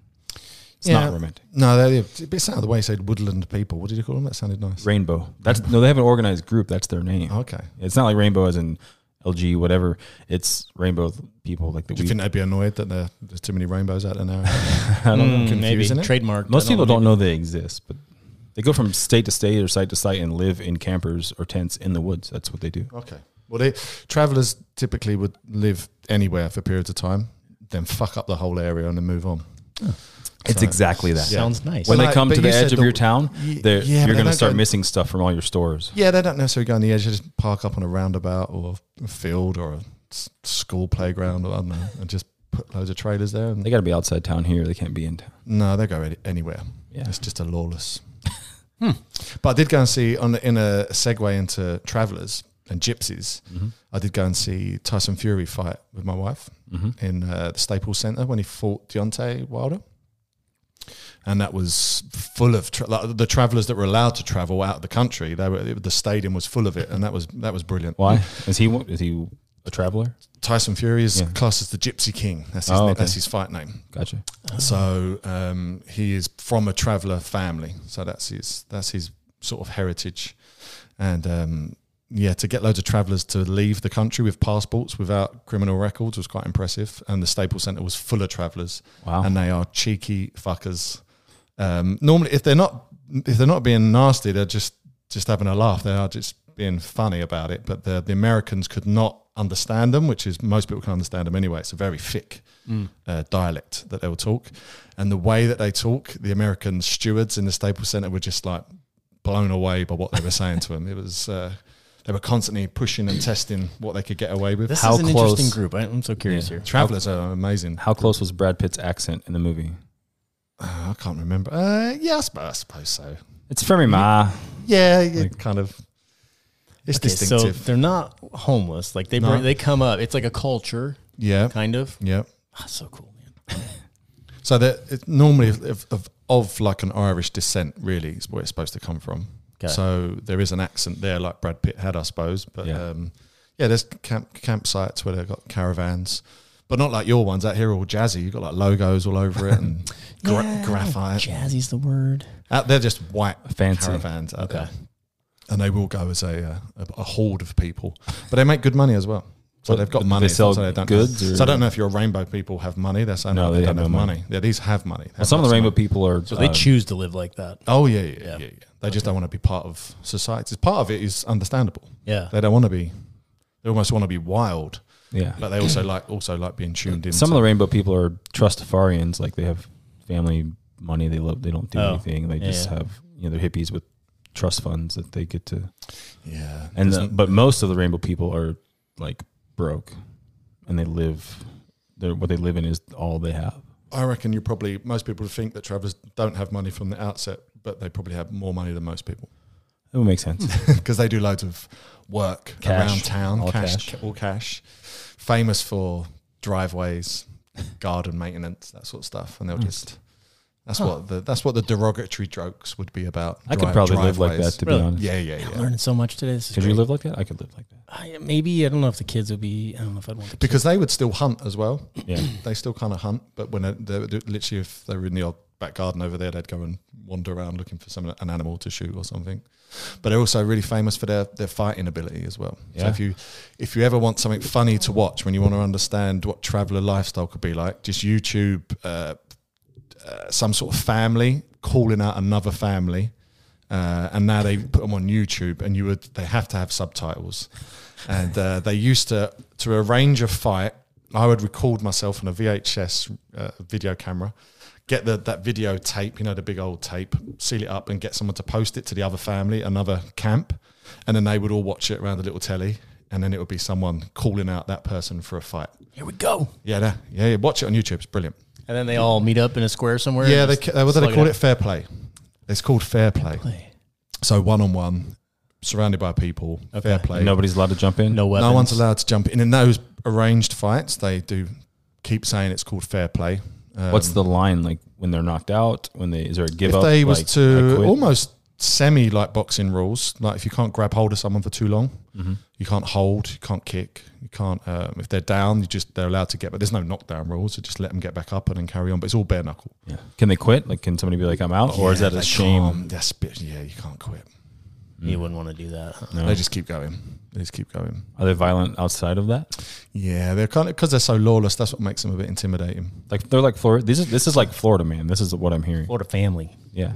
Speaker 2: It's
Speaker 3: Yeah.
Speaker 2: not romantic.
Speaker 3: No, that is, it sounded the way you said woodland people. What did you call them? That sounded nice. Oh,
Speaker 2: Rainbow. That's no, they have an organized group. That's their name.
Speaker 3: Okay.
Speaker 2: It's not like Rainbow as in LG whatever. It's Rainbow people like the
Speaker 3: Do you think they'd be annoyed that there, there's too many rainbows out there now?
Speaker 2: <laughs> I
Speaker 3: Mm.
Speaker 2: don't know.
Speaker 1: maybe
Speaker 3: confusing it?
Speaker 1: trademark.
Speaker 2: Most
Speaker 1: I
Speaker 2: people don't know they exist, but they go from state to state or site to site and live in campers or tents in the woods. That's what they do.
Speaker 3: okay. Well, they, travelers typically would live anywhere for periods of time, then fuck up the whole area and then move on.
Speaker 2: It's
Speaker 3: So-
Speaker 2: exactly that.
Speaker 1: Sounds nice.
Speaker 2: When
Speaker 3: But
Speaker 2: they
Speaker 3: like-
Speaker 2: come
Speaker 3: but
Speaker 2: to
Speaker 3: you
Speaker 2: the
Speaker 3: said
Speaker 2: edge of
Speaker 3: the-
Speaker 2: your town,
Speaker 3: Ye-
Speaker 2: they're
Speaker 3: yeah,
Speaker 2: you're
Speaker 3: but they
Speaker 2: going to
Speaker 3: don't
Speaker 2: start
Speaker 3: go-
Speaker 2: missing stuff from all your stores.
Speaker 3: Yeah, they don't necessarily go on the edge. They just park up on a roundabout or a field or a s- school playground or I don't know, and just put loads of trailers there. And
Speaker 2: They got to be outside town here. They can't be in town.
Speaker 3: no, they go any- anywhere.
Speaker 2: Yeah. Hmm.
Speaker 3: It's just
Speaker 2: <laughs>
Speaker 3: a lawless. But I did go and see on the, in a segue into travelers and gypsies.
Speaker 2: Mm-hmm.
Speaker 3: I did go and see Tyson Fury fight with my wife
Speaker 2: Mm-hmm.
Speaker 3: in uh, the Staples Center when he fought Deontay Wilder. And that was full of tra- like the travelers that were allowed to travel out of the country. They were, the stadium was full of it, and that was that was brilliant.
Speaker 2: Why? Is he one- is he a traveler?
Speaker 3: Tyson Fury is
Speaker 2: Yeah.
Speaker 3: classed as the Gypsy King. That's his,
Speaker 2: Oh,
Speaker 3: na-
Speaker 2: okay. Oh.
Speaker 3: that's his fight name.
Speaker 2: Gotcha.
Speaker 1: Uh,
Speaker 3: So um, he is from a traveller family. So that's his that's his sort of heritage, and um, yeah, to get loads of travellers to leave the country with passports without criminal records was quite impressive. And the Staples Centre was full of travellers,
Speaker 2: Wow.
Speaker 3: and they are cheeky fuckers. Um, normally, if they're not if they're not being nasty, they're just just having a laugh. They are just being funny about it. But the the Americans could not understand them, which is most people can understand them anyway. It's a very thick uh, dialect that they will talk, and the way that they talk, the American stewards in the Staples Center were just like blown away by what they were saying to them. It was. Uh, they were constantly pushing and testing what they could get away with.
Speaker 1: This
Speaker 2: How
Speaker 1: is an
Speaker 2: close-
Speaker 1: interesting group. I, I'm so curious here.
Speaker 3: Travelers are amazing.
Speaker 2: How close was Brad Pitt's accent in the movie?
Speaker 3: Ah, I can't remember. Uh, yeah, I suppose, I suppose so.
Speaker 2: It's Fermi Ma.
Speaker 3: Yeah, it kind of. It's
Speaker 1: Okay, so
Speaker 3: distinctive.
Speaker 1: they're not homeless. Like they
Speaker 3: No.
Speaker 1: bring, they come up. It's like a culture,
Speaker 3: yeah,
Speaker 1: kind of.
Speaker 3: yeah.
Speaker 1: Ah, so cool, man.
Speaker 3: So that it, normally of, of of like an Irish descent, really, is where it's supposed to come from.
Speaker 1: Okay.
Speaker 3: So there is an accent there, like Brad Pitt had, I suppose. But
Speaker 2: Yeah.
Speaker 3: um, yeah there's camp campsites where they've got caravans. But not like your ones out here, are all jazzy. You've got like logos all over it
Speaker 1: <laughs>
Speaker 3: and gra-
Speaker 1: Yeah,
Speaker 3: graphite.
Speaker 1: Jazzy's the word.
Speaker 3: Out, Uh, they're just white
Speaker 2: Fancy.
Speaker 3: caravans out
Speaker 1: Okay.
Speaker 3: there, and they will go as a, uh, a a horde of people, but they make good money as well. So
Speaker 2: But-
Speaker 3: they've got
Speaker 2: but
Speaker 3: money.
Speaker 2: they sell
Speaker 3: so they don't
Speaker 2: goods
Speaker 3: Know.
Speaker 2: or-
Speaker 3: So I don't know if your rainbow people have money. They're saying
Speaker 2: No,
Speaker 3: no, they,
Speaker 2: they
Speaker 3: don't
Speaker 2: have
Speaker 3: have
Speaker 2: no
Speaker 3: money.
Speaker 2: money.
Speaker 3: Yeah, these have money. They have
Speaker 2: Some of the
Speaker 3: lots
Speaker 2: rainbow people are.
Speaker 1: So they
Speaker 2: uh,
Speaker 1: choose to live like that.
Speaker 3: Oh yeah, yeah,
Speaker 1: Yeah.
Speaker 3: yeah, yeah. yeah. They just don't want to be part of society. Part of it is understandable.
Speaker 1: Yeah.
Speaker 3: They don't want to be. They almost want to be wild,
Speaker 2: Yeah.
Speaker 3: but they also like also like being tuned in.
Speaker 2: Some of the rainbow people are trustafarians, like they have family money. They love. They don't do
Speaker 1: Oh,
Speaker 2: anything. They
Speaker 1: yeah,
Speaker 2: just
Speaker 1: yeah.
Speaker 2: have you know they're hippies with trust funds that they get to.
Speaker 3: yeah,
Speaker 2: And
Speaker 3: There's
Speaker 2: the, but most of the rainbow people are like broke, and they live. They're, what they live in is all they have.
Speaker 3: I reckon you probably most people think that travelers don't have money from the outset, but they probably have more money than most people
Speaker 2: It would make sense.
Speaker 3: because they do loads of work
Speaker 2: Cash.
Speaker 3: around town,
Speaker 2: All
Speaker 3: cash,
Speaker 2: cash.
Speaker 3: all cash. Famous for driveways, garden maintenance, that sort of stuff,
Speaker 2: Hmm.
Speaker 3: and they'll just that's what the that's what the derogatory jokes would be about.
Speaker 2: I could
Speaker 3: Dri-
Speaker 2: probably live like that
Speaker 3: driveways.
Speaker 2: to
Speaker 1: Really?
Speaker 2: be honest.
Speaker 3: Yeah, yeah,
Speaker 1: I'm
Speaker 3: yeah.
Speaker 1: learning so much today. This is
Speaker 2: Could you
Speaker 1: great.
Speaker 2: live like that? I could live like that.
Speaker 1: I, Uh, maybe I don't know if the kids would be. I don't know if I'd want the kids.
Speaker 3: Because they would still hunt as well.
Speaker 2: <clears throat> Yeah.
Speaker 3: They still kind of hunt, but when they, they would do- literally if they were in the old back garden over there, they'd go and wander around looking for some an animal to shoot or something. But they're also really famous for their their fighting ability as well. So
Speaker 2: Yeah.
Speaker 3: if you if you ever want something funny to watch when you want to understand what traveler lifestyle could be like, just YouTube uh, uh, some sort of family calling out another family. Uh, and now they put them on YouTube, and you would they have to have subtitles. And uh, they used to to arrange a fight. I would record myself on a VHS uh, video camera, get the, that video tape, you know, the big old tape, seal it up, and get someone to post it to the other family, another camp, and then they would all watch it around the little telly, and then it would be someone calling out that person for a fight.
Speaker 1: Here we go.
Speaker 3: Yeah, that- yeah, yeah. Watch it on YouTube. It's brilliant.
Speaker 1: And then they all meet up in a square somewhere.
Speaker 3: Yeah,
Speaker 1: and
Speaker 3: they,
Speaker 1: just
Speaker 3: ca- uh, what do
Speaker 1: slug
Speaker 3: they call
Speaker 1: out.
Speaker 3: it? Fair play. It's called fair play.
Speaker 1: Play.
Speaker 3: So one on one, surrounded by people, fair play.
Speaker 2: Nobody's allowed to jump in.
Speaker 1: No weapons.
Speaker 3: no one's allowed to jump in. In those arranged fights, they do keep saying it's called fair play. Um,
Speaker 2: What's the line like when they're knocked out? When they is there a give
Speaker 3: if
Speaker 2: up?
Speaker 3: they was
Speaker 2: like, I
Speaker 3: to
Speaker 2: quit?
Speaker 3: almost semi like boxing rules. Like if you can't grab hold of someone for too long,
Speaker 2: Mm-hmm.
Speaker 3: you can't hold, you can't kick, you can't. Um, if they're down, you just they're allowed to get. But there's no knockdown rules. So just let them get back up and then carry on. But it's all bare knuckle.
Speaker 2: Yeah. Can they quit? Like, can somebody be like, "I'm out," or is
Speaker 3: Yeah,
Speaker 2: that a
Speaker 3: they
Speaker 2: shame?
Speaker 3: can't. That's bit, yeah, you can't quit.
Speaker 1: You wouldn't want to do that. huh?
Speaker 3: They just keep going. They just keep going.
Speaker 2: Are they violent outside of that?
Speaker 3: Yeah, they're kind of because they're so lawless. That's what makes them a bit intimidating.
Speaker 2: Like, they're like Florida. This is this is like Florida, man. This is what I'm hearing.
Speaker 1: What a family.
Speaker 2: Yeah.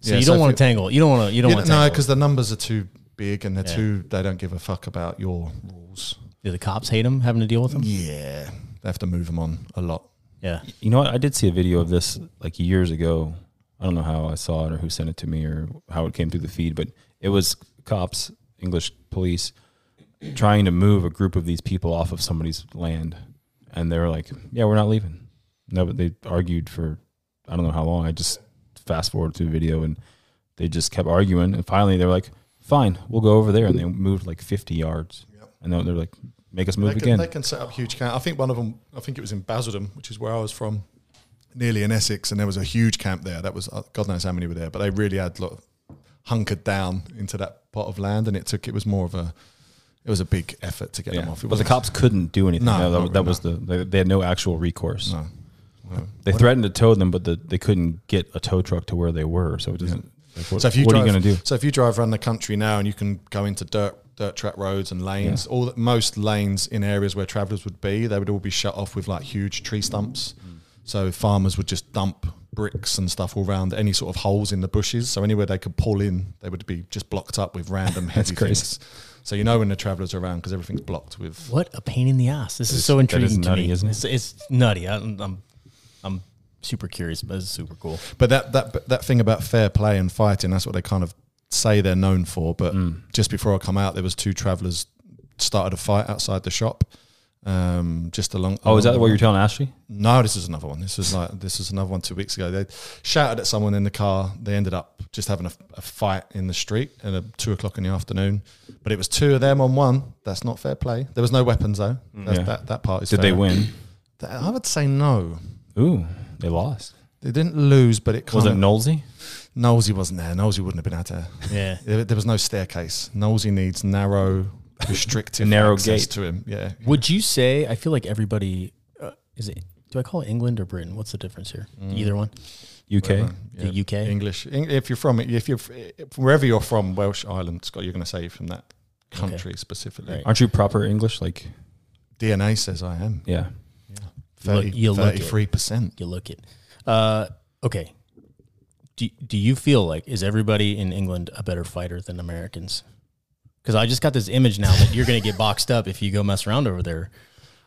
Speaker 1: So
Speaker 3: Yeah,
Speaker 1: you
Speaker 3: so
Speaker 1: don't
Speaker 3: if
Speaker 1: want
Speaker 3: you-
Speaker 1: to tangle. You don't want to. You don't
Speaker 3: Yeah,
Speaker 1: want to
Speaker 3: no,
Speaker 1: tangle.
Speaker 3: because the numbers are too big and they're
Speaker 1: Yeah.
Speaker 3: too. They don't give a fuck about your rules.
Speaker 1: do the cops hate them having to deal with them?
Speaker 3: Mm. Yeah, they have to move them on a lot.
Speaker 1: Yeah.
Speaker 2: You know what? I did see a video of this like years ago. I don't know how I saw it or who sent it to me or how it came through the feed, but it was cops, English police, trying to move a group of these people off of somebody's land, and they were like, "Yeah, we're not leaving." No, but they argued for I don't know how long. I just fast forward to the video, and they just kept arguing, and finally they were like, "Fine, we'll go over there," and they moved like fifty yards, and then they're like, "Make us move
Speaker 3: they can,
Speaker 2: again."
Speaker 3: They can set up huge camp. I think one of them. I think it was in Basildon, which is where I was from, nearly in Essex, and there was a huge camp there. That was uh, God knows how many were there, but they really had lot of, hunkered down into that pot of land, and it took. It was more of a. It was a big effort to get
Speaker 2: Yeah.
Speaker 3: them off. It
Speaker 2: But the
Speaker 3: wasn't-
Speaker 2: cops couldn't do anything.
Speaker 3: No,
Speaker 2: No, that,
Speaker 3: not
Speaker 2: that
Speaker 3: really,
Speaker 2: was the they, they had no actual recourse.
Speaker 3: No. No.
Speaker 2: They threatened to tow them, but the, they couldn't get a tow truck to where they were. So it doesn't. Like, what,
Speaker 3: So if you
Speaker 2: what
Speaker 3: drive,
Speaker 2: are you going to do?
Speaker 3: So if you drive around the country now and you can go into dirt dirt track roads and lanes, all the, most lanes in areas where travellers would be, they would all be shut off with like huge tree stumps.
Speaker 2: Mm.
Speaker 3: So farmers would just dump bricks and stuff all around any sort of holes in the bushes. So anywhere they could pull in, they would be just blocked up with
Speaker 2: <laughs>
Speaker 3: random heavy
Speaker 2: crazy.
Speaker 3: things. So you know when the travellers are around because everything's blocked with.
Speaker 1: What a pain in the ass. This is,
Speaker 2: is-
Speaker 1: so
Speaker 2: that
Speaker 1: intriguing
Speaker 2: is nutty,
Speaker 1: to me.
Speaker 2: isn't it?
Speaker 1: It's, it's nutty. I'm, I'm, I'm super curious, but it's super cool.
Speaker 3: But that that that thing about fair play and fighting, that's what they kind of say they're known for. But
Speaker 2: Mm.
Speaker 3: just before I come out, there was two travellers started a fight outside the shop. Um, just along.
Speaker 2: Oh, is that
Speaker 3: along-
Speaker 2: what you're telling Ashley?
Speaker 3: No, this is another one. This is like this is another one. Two weeks ago, they shouted at someone in the car. They ended up just having a, a fight in the street at uh, two o'clock in the afternoon. But it was two of them on one. That's not fair play. There was no weapons though.
Speaker 2: Mm.
Speaker 3: That's,
Speaker 2: Yeah.
Speaker 3: That that part is.
Speaker 2: Did they
Speaker 3: fair.
Speaker 2: win?
Speaker 3: That- I would say no.
Speaker 2: Ooh, they
Speaker 3: <clears throat>
Speaker 2: lost.
Speaker 3: They didn't lose, but it kind
Speaker 2: Was it
Speaker 3: of
Speaker 2: Nolsey?
Speaker 3: Nosey wasn't there. Nosey wouldn't have been out there.
Speaker 1: Yeah.
Speaker 3: There, there was no staircase. Nosey needs narrow,
Speaker 1: <laughs>
Speaker 3: restrictive,
Speaker 2: Narrow
Speaker 3: access
Speaker 2: gate.
Speaker 3: to him. Yeah,
Speaker 1: Would you say? I feel like everybody uh, is it. Do I call it England or Britain? What's the difference here?
Speaker 3: Mm.
Speaker 1: Either one.
Speaker 2: UK?
Speaker 1: The UK?
Speaker 3: English. Eng- If you're from, if you're if wherever you're from, Welsh, Ireland, Scott, you're going to say you're from that country specifically.
Speaker 1: Right.
Speaker 2: Aren't you proper English? Like,
Speaker 3: DNA says I am.
Speaker 2: yeah.
Speaker 1: You look- you look it.
Speaker 3: 33 percent.
Speaker 1: You look it. Uh, okay. Do, do you feel like is everybody in England a better fighter than Americans? Because I just got this image now that you're going to get boxed up if you go mess around over there,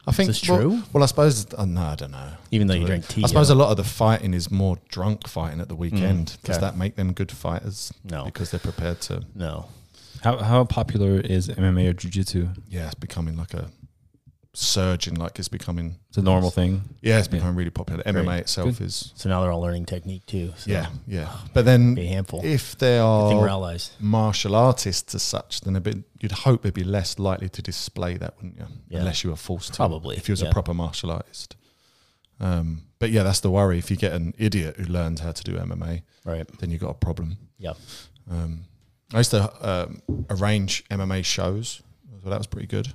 Speaker 3: I think
Speaker 1: this
Speaker 3: well-
Speaker 1: true?
Speaker 3: Well, I suppose. Uh, no, I don't know.
Speaker 1: even though you drink tea.
Speaker 3: I suppose
Speaker 1: yeah. Mm.
Speaker 3: a lot of the fighting is more drunk fighting at the weekend. Does
Speaker 1: okay.
Speaker 3: that make them good fighters?
Speaker 1: No.
Speaker 3: because they're prepared to.
Speaker 1: no.
Speaker 2: How, how popular is MMA or Jiu Jitsu?
Speaker 3: Yeah, it's becoming like a surgeon. Like it's becoming.
Speaker 2: It's a normal thing.
Speaker 3: Yeah, it's becoming really popular. MMA itself is.
Speaker 1: So now they're all learning technique too. So oh,
Speaker 3: Yeah, yeah. But then
Speaker 1: Be a handful.
Speaker 3: if they
Speaker 1: I think we're
Speaker 3: are
Speaker 1: allies.
Speaker 3: martial artists as such, then a bit you'd hope they'd be less likely to display that, wouldn't you?
Speaker 1: Yeah.
Speaker 3: Unless you were forced
Speaker 1: Probably,
Speaker 3: to. If you was
Speaker 1: yeah.
Speaker 3: a proper martial artist. Um, but yeah, that's the worry. If you get an idiot who learns how to do MMA,
Speaker 1: Right.
Speaker 3: then you got a problem.
Speaker 1: Yep.
Speaker 3: Um, I used to um, arrange MMA shows, so that was pretty good.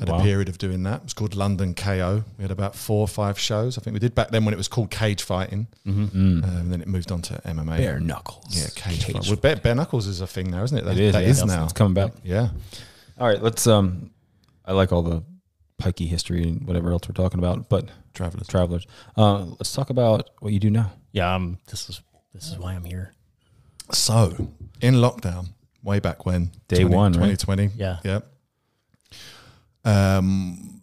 Speaker 3: Had
Speaker 2: Wow.
Speaker 3: a period of doing that. It was called London KO. We had about four or five shows. I think we did back then when it was called cage fighting. Um, and then it moved on to MMA.
Speaker 2: Bare knuckles.
Speaker 3: Yeah, cage, fight. Well, bare, bare knuckles is a thing now, isn't it? That
Speaker 2: It is.
Speaker 3: that
Speaker 2: yeah.
Speaker 3: is
Speaker 2: It's-
Speaker 3: now.
Speaker 2: It's coming back.
Speaker 3: Yeah.
Speaker 2: All right, let's. um I like all the pikey history and whatever else we're talking about, but
Speaker 3: Travelers.
Speaker 2: travelers. Uh, let's talk about what you do now.
Speaker 1: Yeah. I'm, this is this is why I'm here.
Speaker 3: So, in lockdown, way back when,
Speaker 2: Day one, right?
Speaker 3: 2020.
Speaker 1: Yeah.
Speaker 3: Yep. Um,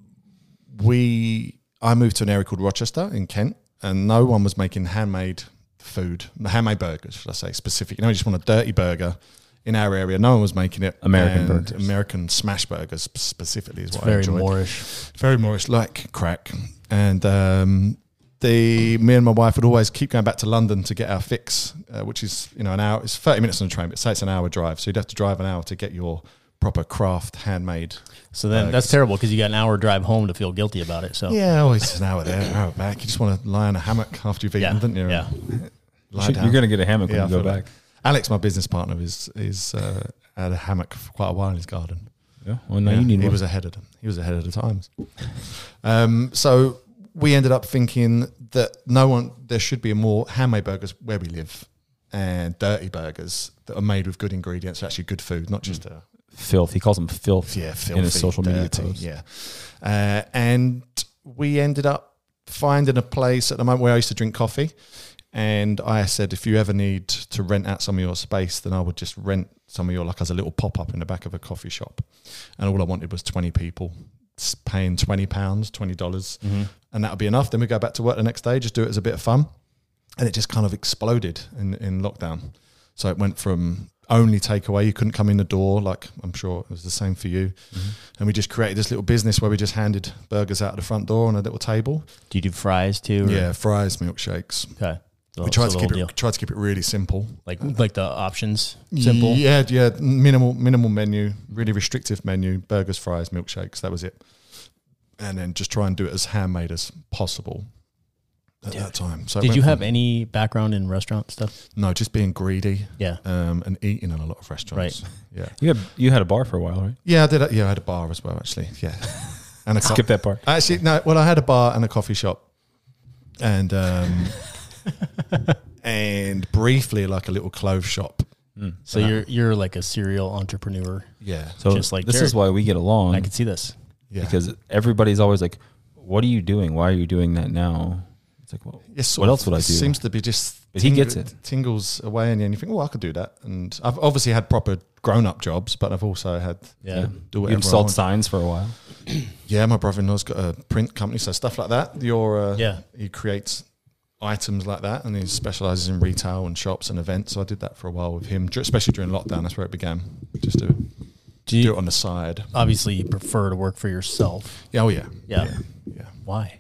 Speaker 3: we, I moved to an area called Rochester in Kent, and no one was making handmade food, handmade burgers, should I say, specific. You know, you just want a dirty burger. In our area, no one was making it.
Speaker 2: American
Speaker 3: and
Speaker 2: burgers.
Speaker 3: American smash burgers sp- specifically is what I
Speaker 1: Very
Speaker 3: enjoyed
Speaker 1: Moorish.
Speaker 3: very Moorish, like crack. And um, the me and my wife would always keep going back to London to get our fix, uh, which is you know an hour. It's thirty minutes on the train, but say it's an hour drive, so you'd have to drive an hour to get your proper craft handmade.
Speaker 1: So then that's terrible because you got an hour drive home to feel guilty about it. So
Speaker 3: Yeah, always an hour there, an hour back. You just want to lie on a hammock after you've eaten,
Speaker 1: yeah,
Speaker 3: didn't you?
Speaker 1: yeah.
Speaker 3: Lie
Speaker 2: Shit,
Speaker 3: down.
Speaker 2: You're gonna get a hammock
Speaker 3: Yeah, I
Speaker 2: when you go
Speaker 3: feel
Speaker 2: back.
Speaker 3: like- Alex, my business partner, is is uh, had a hammock for quite a while in his garden.
Speaker 2: Yeah. Well, now you
Speaker 3: Yeah,
Speaker 2: need
Speaker 3: he
Speaker 2: one.
Speaker 3: was ahead of them. He was ahead of the times. um, so we ended up thinking that no one there should be more handmade burgers where we live and dirty burgers that are made with good ingredients, actually good food, not just a
Speaker 2: filth. He calls him filth.
Speaker 3: yeah, filthy,
Speaker 2: in his social media
Speaker 3: dirty,
Speaker 2: posts.
Speaker 3: Yeah, uh, and we ended up finding a place at the moment where I used to drink coffee, and I said, if you ever need to rent out some of your space, then I would just rent some of your like as a little pop up in the back of a coffee shop, and all I wanted was twenty people s- paying twenty pounds, twenty dollars,
Speaker 2: Mm-hmm.
Speaker 3: and that would be enough. Then we go back to work the next day, just do it as a bit of fun, and it just kind of exploded in in lockdown. So it went from only takeaway. You couldn't come in the door, like I'm sure it was the same for you.
Speaker 1: Mm-hmm.
Speaker 3: And we just created this little business where we just handed burgers out of the front door on a little table.
Speaker 1: Do you do fries too? or-
Speaker 3: Yeah, fries, milkshakes.
Speaker 1: Okay. So
Speaker 3: We
Speaker 1: it's a
Speaker 3: tried to
Speaker 1: little
Speaker 3: keep
Speaker 1: deal.
Speaker 3: it tried to keep it really simple.
Speaker 1: like like the options simple.
Speaker 3: Yeah, yeah. Minimal minimal menu, really restrictive menu. Burgers, fries, milkshakes. That was it. And then just try and do it as handmade as possible at that time. So it
Speaker 1: Did
Speaker 3: went
Speaker 1: you have
Speaker 3: from-
Speaker 1: any background in restaurant stuff?
Speaker 3: no? Just being greedy
Speaker 1: Yeah.
Speaker 3: um, and eating in a lot of restaurants. Yeah.
Speaker 2: You had you had a bar for a while, right?
Speaker 3: Yeah, I did. uh, Yeah, I had a bar as well, actually. Yeah, <laughs> and a co-
Speaker 2: Skip that part.
Speaker 3: Actually, no. Well, I had a bar and a coffee shop,
Speaker 2: <laughs>
Speaker 3: and um, and briefly like a little clothes shop.
Speaker 1: So you're you're like a serial entrepreneur.
Speaker 3: Yeah.
Speaker 2: Mm. So
Speaker 1: Just like
Speaker 2: this
Speaker 1: Jared.
Speaker 2: is why we get along.
Speaker 1: I can see this.
Speaker 3: Yeah.
Speaker 2: because everybody's always like, "What are you doing? Why are you doing that now?" It's like, well,
Speaker 3: Yes,
Speaker 2: what else would I do?
Speaker 3: Seems to be just.
Speaker 2: But he gets it.
Speaker 3: Tingles away, and then you think, "Oh, I could do that." And I've obviously had proper grown-up jobs, but I've also had
Speaker 1: Yeah.
Speaker 3: do
Speaker 2: you
Speaker 3: whatever. I
Speaker 2: installed
Speaker 3: want.
Speaker 2: signs for a while.
Speaker 3: Yeah, my brother-in-law's got a print company, so stuff like that. Your uh,
Speaker 1: Yeah.
Speaker 3: he creates items like that, and he specializes in retail and shops and events. So I did that for a while with him, dr- especially during lockdown. That's where it began. Just do it,
Speaker 1: Do
Speaker 3: do it
Speaker 1: you
Speaker 3: on the side.
Speaker 1: obviously you prefer to work for yourself?
Speaker 3: Yeah, oh yeah,
Speaker 1: Yeah.
Speaker 3: yeah. Hmm.
Speaker 1: Why?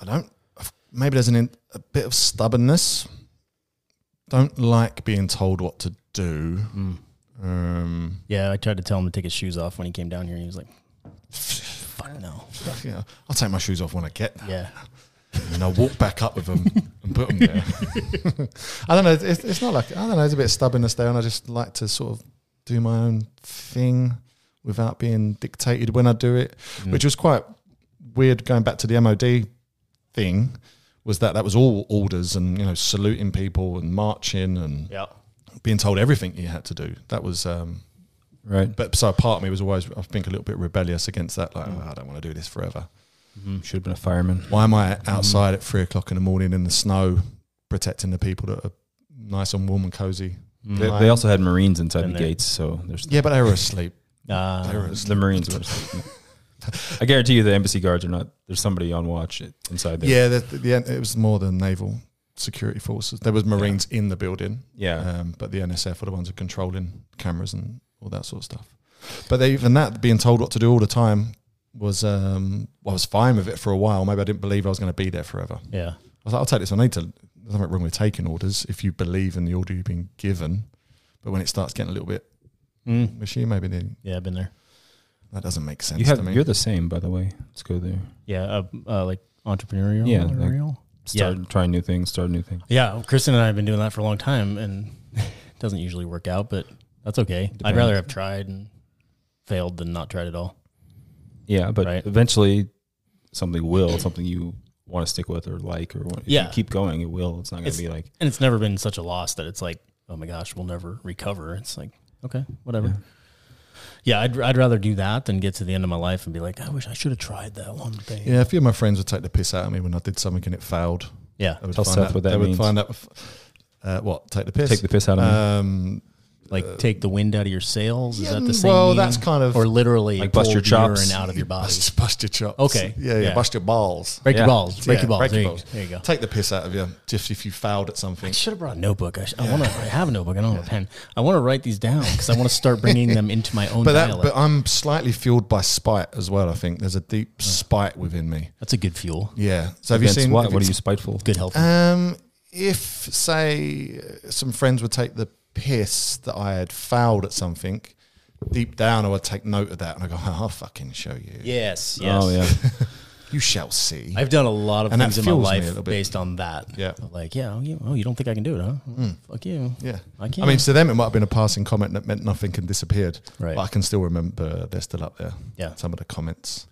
Speaker 3: I don't. I've- Maybe there's an in, a bit of stubbornness. Don't like being told what to do.
Speaker 1: Hmm.
Speaker 3: Um,
Speaker 1: Yeah, I tried to tell him to take his shoes off when he came down here, and he was like, "Fuck no."
Speaker 3: you know, I'll take my shoes off when I get there.
Speaker 1: Yeah.
Speaker 3: and I walk back up with them and put them there. <laughs> I don't know. It's, it's not like I don't know. It's a bit of stubbornness there, and I just like to sort of do my own thing without being dictated when I do it, which was quite weird. Going back to the MOD thing, was that that was all orders and you know saluting people and marching and
Speaker 1: Yeah.
Speaker 3: being told everything you had to do. That was. um
Speaker 2: Right,
Speaker 3: but so part of me was always, I think, a little bit rebellious against that. Like, "Oh, I don't want to do this forever.
Speaker 2: should have been a fireman.
Speaker 3: Why am I outside at three o'clock in the morning in the snow protecting the people that are nice and warm and cozy?
Speaker 2: They,
Speaker 3: Lion.
Speaker 2: they also had Marines inside
Speaker 1: Been
Speaker 2: the
Speaker 1: there.
Speaker 2: gates, so
Speaker 3: <laughs>
Speaker 2: there's
Speaker 3: Yeah, but they were asleep. They were
Speaker 1: Uh,
Speaker 3: asleep.
Speaker 2: the Marines. Were, <laughs> I guarantee you, the embassy guards are not. There's somebody on watch i- inside there.
Speaker 3: Yeah, the, the, the, it was more than naval security forces. There was Marines in the building,
Speaker 2: yeah.
Speaker 3: um, but the NSF were the ones who controlling cameras and all that sort of stuff. But they, even that, being told what to do all the time was um, I was fine with it for a while. Maybe I didn't believe I was going to be there forever.
Speaker 1: yeah.
Speaker 3: I was like, I'll take this. I need to. There's nothing wrong with taking orders if you believe in the order you've been given. But when it starts getting a little bit
Speaker 1: Mm.
Speaker 3: machine, maybe then
Speaker 1: Yeah, I've been there.
Speaker 3: that doesn't make sense
Speaker 2: you
Speaker 3: to
Speaker 2: have.
Speaker 3: me.
Speaker 2: You're the same, by the way. Let's go there.
Speaker 1: Yeah, uh, uh, like entrepreneurial.
Speaker 2: Yeah, like-
Speaker 1: entrepreneurial.
Speaker 2: Start trying new things. Start new things.
Speaker 1: Yeah, Kristen and I have been doing that for a long time, and <laughs> it doesn't usually work out, but that's okay. I'd rather have tried and failed than not tried at all.
Speaker 2: Yeah, but
Speaker 1: Right.
Speaker 2: eventually something will, something you want to stick with or like or what, if
Speaker 1: Yeah.
Speaker 2: you keep going, it will. It's not going to be like
Speaker 1: And it's never been such a loss that it's like, oh my gosh, we'll never recover. It's like, okay, whatever. Yeah, I'd, I'd rather do that than get to the end of my life and be like, I wish I should have tried that one thing.
Speaker 3: yeah, a few of my friends would take the piss out of me when I did something and it failed.
Speaker 1: Yeah,
Speaker 3: I would
Speaker 2: Tell
Speaker 3: find
Speaker 2: Seth
Speaker 3: out,
Speaker 2: what that
Speaker 3: they would
Speaker 2: means.
Speaker 3: find out uh, what take the piss.
Speaker 2: take the piss out of me,
Speaker 3: Um,
Speaker 1: like take the wind out of your sails. Is
Speaker 3: yeah,
Speaker 1: that the same?
Speaker 3: well, that's
Speaker 1: meaning?
Speaker 3: kind of- <laughs>
Speaker 1: or literally
Speaker 2: Like bust
Speaker 1: pull
Speaker 2: your chops.
Speaker 1: urine out of your body.
Speaker 3: bust, bust your chops.
Speaker 1: Okay,
Speaker 3: Yeah, yeah,
Speaker 1: yeah.
Speaker 3: Bust your balls.
Speaker 1: Break
Speaker 2: Yeah.
Speaker 1: your balls. Break
Speaker 3: Yeah,
Speaker 1: your balls.
Speaker 3: break
Speaker 1: there,
Speaker 3: your
Speaker 1: you,
Speaker 3: balls.
Speaker 1: there you go.
Speaker 3: Take the piss out of you just if you fouled at something.
Speaker 1: I should have brought a notebook. I, sh- I want to. I have a notebook. I don't have a pen. I want to write these down because I want to start <laughs> bringing them into my own
Speaker 3: But that,
Speaker 1: dialect.
Speaker 3: but I'm slightly fueled by spite as well. I think there's a deep spite within me.
Speaker 1: That's a good fuel.
Speaker 3: Yeah. So have you
Speaker 2: Vince,
Speaker 3: seen
Speaker 2: what?
Speaker 3: have
Speaker 2: What are
Speaker 3: you
Speaker 2: you spiteful?
Speaker 1: Good health.
Speaker 3: Um, if say uh, some friends would take the piss that I had fouled at something, deep down I would take note of that and I go, "I'll fucking show you."
Speaker 2: <laughs>
Speaker 1: yes.
Speaker 2: Oh yeah,
Speaker 3: You shall see.
Speaker 1: I've done a lot of
Speaker 3: And that
Speaker 1: things in my
Speaker 3: fuels me a
Speaker 1: life
Speaker 3: little bit.
Speaker 1: based on that.
Speaker 3: Yeah. Hmm.
Speaker 1: Like, yeah, oh, you, oh, you don't think I can do it, huh? Fuck you.
Speaker 3: yeah.
Speaker 1: I
Speaker 3: I
Speaker 1: can't.
Speaker 3: mean, to them, it might have been a passing comment that meant nothing and disappeared.
Speaker 1: Right.
Speaker 3: But I can still remember they're still up there.
Speaker 1: Yeah.
Speaker 3: Some of the comments.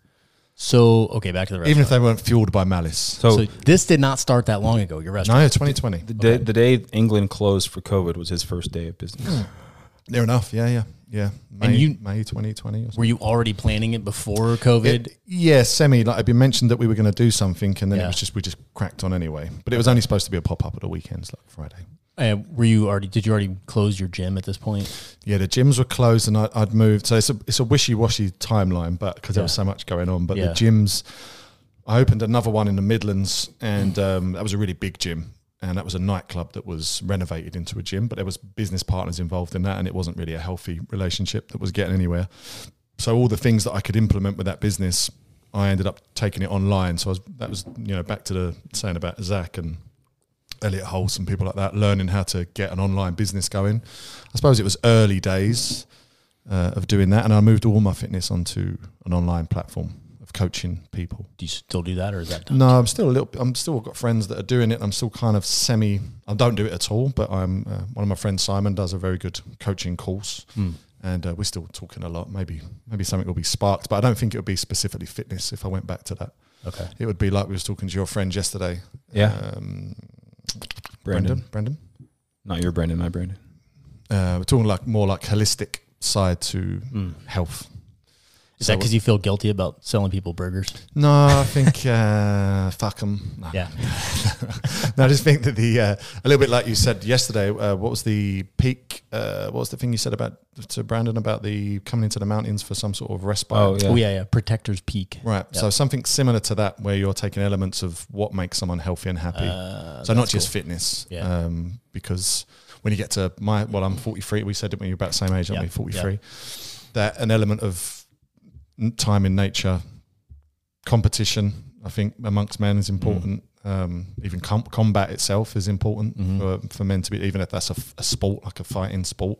Speaker 1: So, okay, back to the restaurant.
Speaker 3: Even if they weren't fueled by malice.
Speaker 2: So,
Speaker 1: so this did not start that long ago, your restaurant.
Speaker 3: No, 2020.
Speaker 2: the, day, the day England closed for COVID was his first day of business.
Speaker 3: Near enough. Yeah, yeah, yeah. May,
Speaker 1: you-
Speaker 3: May 2020 or something.
Speaker 1: Were you already planning it before COVID?
Speaker 3: It, yeah, semi. Like it'd been mentioned that we were going to do something, and then
Speaker 1: Yeah.
Speaker 3: it was just we just cracked on anyway. But it was only supposed to be a pop up at the weekends, like Friday.
Speaker 1: Uh, were you already? Did you already close your gym at this point?
Speaker 3: Yeah, the gyms were closed, and I, I'd moved. So it's a it's a wishy washy timeline, but because there was
Speaker 1: Yeah.
Speaker 3: so much going on. But
Speaker 1: Yeah.
Speaker 3: the gyms, I opened another one in the Midlands, and um, that was a really big gym. And that was a nightclub that was renovated into a gym, but there was business partners involved in that, and it wasn't really a healthy relationship that was getting anywhere. so all the things that I could implement with that business, I ended up taking it online. So I was, that was you know back to the saying about Zach and Elliot Holtz and people like that, learning how to get an online business going. I suppose it was early days uh, of doing that, and I moved all my fitness onto an online platform of coaching people.
Speaker 1: Do you still do that, or is that done?
Speaker 3: No, I'm still a little. I'm still got friends that are doing it. I'm still kind of semi. I don't do it at all, but I'm uh, one of my friends. Simon does a very good coaching course,
Speaker 2: Hmm.
Speaker 3: and uh, we're still talking a lot. Maybe maybe something will be sparked, but I don't think it would be specifically fitness. If I went back to that,
Speaker 1: Okay.
Speaker 3: it would be like we was talking to your friend yesterday.
Speaker 2: Yeah.
Speaker 3: um,
Speaker 2: Brandon.
Speaker 3: Brendan. Brendan.
Speaker 2: Not your Brandon, my Brandon.
Speaker 3: Uh, we're talking like more like holistic side to
Speaker 2: Hmm.
Speaker 3: health.
Speaker 1: Is
Speaker 3: So
Speaker 1: that because you feel guilty about selling people burgers?
Speaker 3: No, I think uh, <laughs> fuck them. No.
Speaker 1: Yeah.
Speaker 3: no, I just think that the uh, a little bit like you said yesterday. Uh, what was the peak? Uh, what was the thing you said about to Brandon about the coming into the mountains for some sort of respite?
Speaker 2: Oh, yeah.
Speaker 1: Oh yeah, yeah. Protector's Peak.
Speaker 3: Right. So something similar to that, where you're taking elements of what makes someone healthy and happy.
Speaker 1: Uh,
Speaker 3: so not
Speaker 1: that's
Speaker 3: just
Speaker 1: cool.
Speaker 3: fitness.
Speaker 1: Yeah.
Speaker 3: Um, because when you get to my well, I'm 43. We said it when you're about the same age, aren't
Speaker 1: Yeah,
Speaker 3: we? 43. That an element of n- time in nature, competition. I think amongst men is
Speaker 1: Mm.
Speaker 3: important. Um, even com- combat itself is important
Speaker 2: Mm-hmm.
Speaker 3: for, for men to be, even if that's a, f- a sport, like a fighting sport.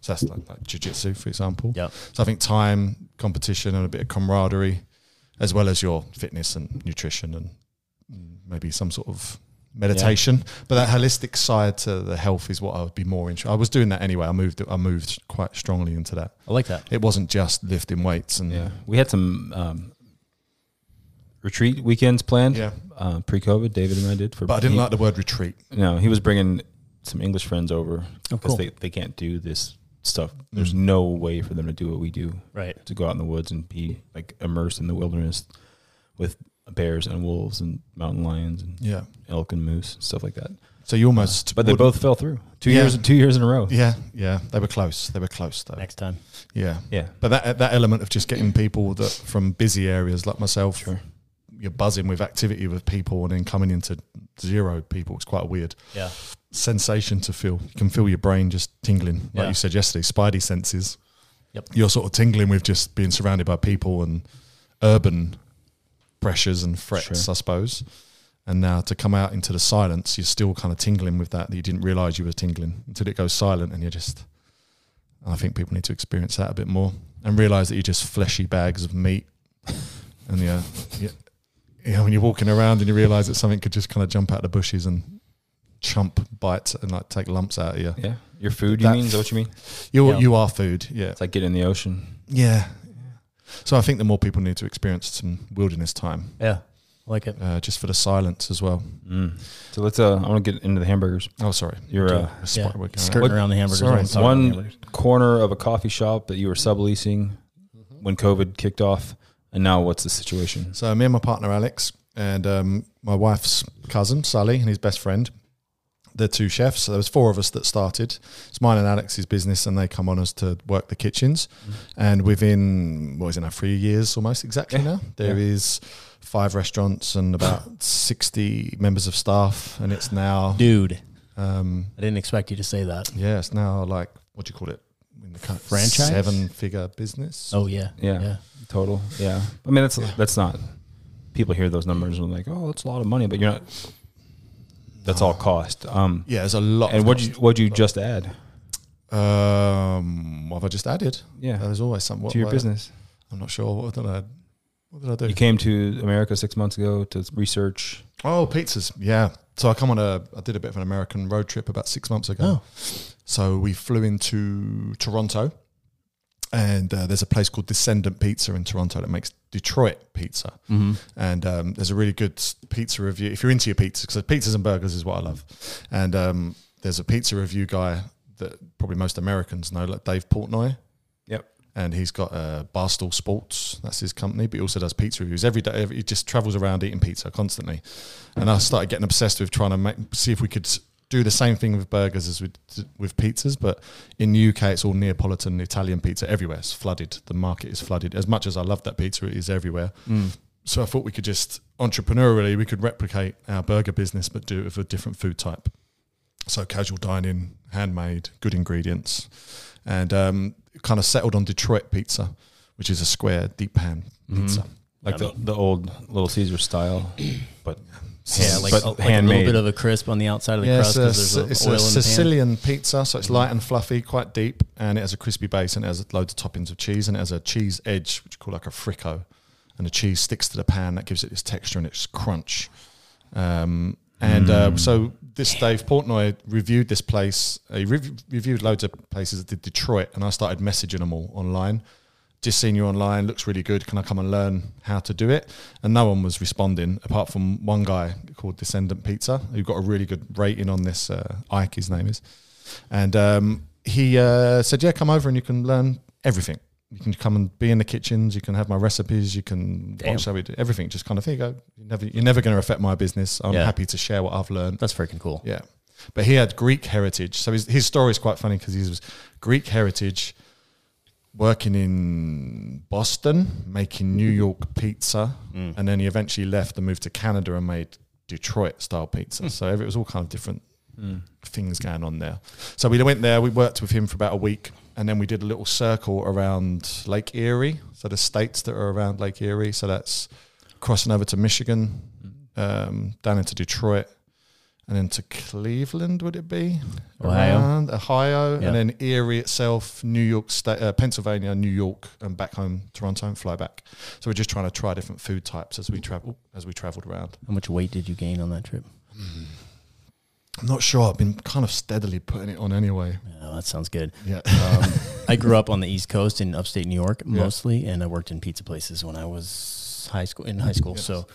Speaker 3: So that's like, like jiu-jitsu, for example.
Speaker 1: Yep.
Speaker 3: So I think time, competition, and a bit of camaraderie, as well as your fitness and nutrition and mm, maybe some sort of meditation. But that holistic side to the health is what I would be more interested. I was doing that anyway. I moved. I moved quite strongly into that.
Speaker 1: I like that.
Speaker 3: It wasn't just lifting weights and
Speaker 2: Yeah. We had some um, retreat weekends planned
Speaker 3: Yeah.
Speaker 2: uh, pre COVID, David and I did. For
Speaker 3: But I didn't
Speaker 2: he-
Speaker 3: like the word retreat.
Speaker 2: No, he was bringing some English friends over
Speaker 1: Oh,
Speaker 2: because
Speaker 1: cool.
Speaker 2: they, they can't do this stuff. There's no way for them to do what we do
Speaker 1: Right.
Speaker 2: to go out in the woods and be like immersed in the wilderness with bears and wolves and mountain lions and
Speaker 3: Yeah.
Speaker 2: elk and moose and stuff like that.
Speaker 3: So you almost.
Speaker 2: But they
Speaker 3: would-
Speaker 2: both fell through two
Speaker 3: Yeah.
Speaker 2: years two years in a row.
Speaker 3: Yeah, yeah, they were close. They were close though.
Speaker 1: Next time.
Speaker 3: Yeah,
Speaker 2: Yeah.
Speaker 3: But that that element of just getting people that from busy areas like myself,
Speaker 2: Sure.
Speaker 3: you're buzzing with activity with people, and then coming into zero people, it's quite a weird
Speaker 1: Yeah.
Speaker 3: sensation to feel. You can feel your brain just tingling, like
Speaker 1: Yeah.
Speaker 3: you said yesterday, spidey senses.
Speaker 1: Yep.
Speaker 3: You're sort of tingling with just being surrounded by people and urban pressures and threats,
Speaker 2: Sure.
Speaker 3: I suppose. And now to come out into the silence, you're still kind of tingling with that that you didn't realize you were tingling until it goes silent, and you're just. I think people need to experience that a bit more and realize that you're just fleshy bags of meat, and yeah, yeah, you know, when you're walking around and you realize that something could just kind of jump out of the bushes and chomp, bite, and like take lumps out of you.
Speaker 2: Yeah. Your food, you
Speaker 3: That-
Speaker 2: mean? Is that what you mean?
Speaker 3: You
Speaker 1: Yeah.
Speaker 3: you are food. Yeah,
Speaker 2: It's like getting in the ocean.
Speaker 3: yeah. So I think the more people need to experience some wilderness time,
Speaker 1: Yeah. I like it.
Speaker 3: uh, just for the silence as well.
Speaker 2: Mm. So let's. Uh, I want to get into the hamburgers.
Speaker 3: Oh, sorry,
Speaker 2: Your uh,
Speaker 3: That's
Speaker 1: Yeah.
Speaker 3: what we're going
Speaker 1: Skirting around
Speaker 3: around.
Speaker 1: the hamburgers.
Speaker 3: Sorry.
Speaker 1: I wanna talk about
Speaker 2: One-
Speaker 1: the hamburgers.
Speaker 2: corner of a coffee shop that you were subleasing when COVID kicked off, and now what's the situation?
Speaker 3: So me and my partner Alex and um, my wife's cousin Sally and his best friend, they're two chefs. So there was four of us that started. It's mine and Alex's business, and they come on us to work the kitchens.
Speaker 2: Mm-hmm.
Speaker 3: And within what is it now, three years almost exactly now, there is five restaurants and about sixty members of staff, and it's now
Speaker 1: Dude,
Speaker 3: um,
Speaker 1: I didn't expect you to say that.
Speaker 3: yeah, it's now like what do you call it? In the kind of
Speaker 1: Franchise?
Speaker 3: seven figure business.
Speaker 1: Oh yeah.
Speaker 2: Yeah,
Speaker 1: Yeah.
Speaker 2: total. Yeah, I mean that's that's not. People hear those numbers and they're like, "Oh, that's a lot of money," but you're not. That's all cost. Um,
Speaker 3: Yeah, there's a lot.
Speaker 2: and
Speaker 3: of
Speaker 2: what you what you just add
Speaker 3: Um, what have I just added?
Speaker 2: Yeah.
Speaker 3: there's always something.
Speaker 2: to your business?
Speaker 3: I'm not sure. What did I? What did I do?
Speaker 2: You came to America six months ago to research.
Speaker 3: Oh, pizzas. Yeah. So I come on a. I did a bit of an American road trip about six months
Speaker 2: Oh.
Speaker 3: ago. So we flew into Toronto, and uh, there's a place called Descendant Pizza in Toronto that makes Detroit pizza. And um, there's a really good pizza review if you're into your pizza because pizzas and burgers is what I love. And um, there's a pizza review guy that probably most Americans know, like Dave Portnoy
Speaker 2: Yep.
Speaker 3: and he's got uh, Barstool Sports. That's his company, but he also does pizza reviews every day. Every, he just travels around eating pizza constantly, and I started getting obsessed with trying to make, see if we could s- do the same thing with burgers as with with pizzas. But in the UK, it's all Neapolitan Italian pizza everywhere. It's flooded. The market is flooded. As much as I love that pizza, it is everywhere.
Speaker 2: mm,
Speaker 3: So I thought we could just entrepreneurially we could replicate our burger business, but do it with a different food type. So casual dining, handmade, good ingredients, and um, kind of settled on Detroit pizza, which is a square deep pan
Speaker 1: Mm-hmm.
Speaker 3: pizza.
Speaker 2: Like the, the old Little Caesar style, but
Speaker 1: Yeah, like,
Speaker 2: but
Speaker 1: a, like a little
Speaker 2: handmade.
Speaker 1: bit of a crisp on the outside of the
Speaker 3: Yeah,
Speaker 1: crust
Speaker 3: it's a,
Speaker 1: because there's a
Speaker 3: it's
Speaker 1: oil
Speaker 3: a
Speaker 1: in the pan.
Speaker 3: Sicilian pizza, so it's light and fluffy, quite deep, and it has a crispy base and it has loads of toppings of cheese and it has a cheese edge, which you call like a frico, and the cheese sticks to the pan that gives it this texture and its crunch. Um, and uh,
Speaker 1: Mm.
Speaker 3: so this Dave Portnoy reviewed this place. He rev- reviewed loads of places that did Detroit, and I started messaging them all online. Just seen you online, looks really good. Can I come and learn how to do it? And no one was responding apart from one guy called Descendant Pizza, who got a really good rating on this. Uh, Ike, his name is, and um, he uh, said, "Yeah, come over and you can learn everything." You can come and be in the kitchens. You can have my recipes. You can
Speaker 1: Damn.
Speaker 3: watch how we do everything. Just kind of here you go. You're never, you're never going to affect my business. I'm
Speaker 1: Yeah.
Speaker 3: happy to share what I've learned.
Speaker 1: That's freaking cool.
Speaker 3: Yeah. But he had Greek heritage. So his, his story is quite funny because he was Greek heritage, working in Boston, making New York pizza. And then he eventually left and moved to Canada and made Detroit style pizza. So every, it was all kind of different things going on there. So we went there, we worked with him for about a week. And then we did a little circle around Lake Erie. So the states that are around Lake Erie. So that's crossing over to Michigan, um, down into Detroit, and then to Cleveland, would it be?
Speaker 1: Ohio.
Speaker 3: Around Ohio,
Speaker 1: Yeah.
Speaker 3: and then Erie itself, New York State, uh, Pennsylvania, New York, and back home, Toronto, and fly back. So we're just trying to try different food types as we travel as we traveled around.
Speaker 1: How much weight did you gain on that trip?
Speaker 3: I'm not sure. I've been kind of steadily putting it on anyway.
Speaker 1: Oh, that sounds good.
Speaker 3: Yeah.
Speaker 1: Um, I grew up on the East Coast in upstate New York
Speaker 3: Yeah.
Speaker 1: mostly, and I worked in pizza places when I was high school in high school.
Speaker 3: Yes.
Speaker 1: So,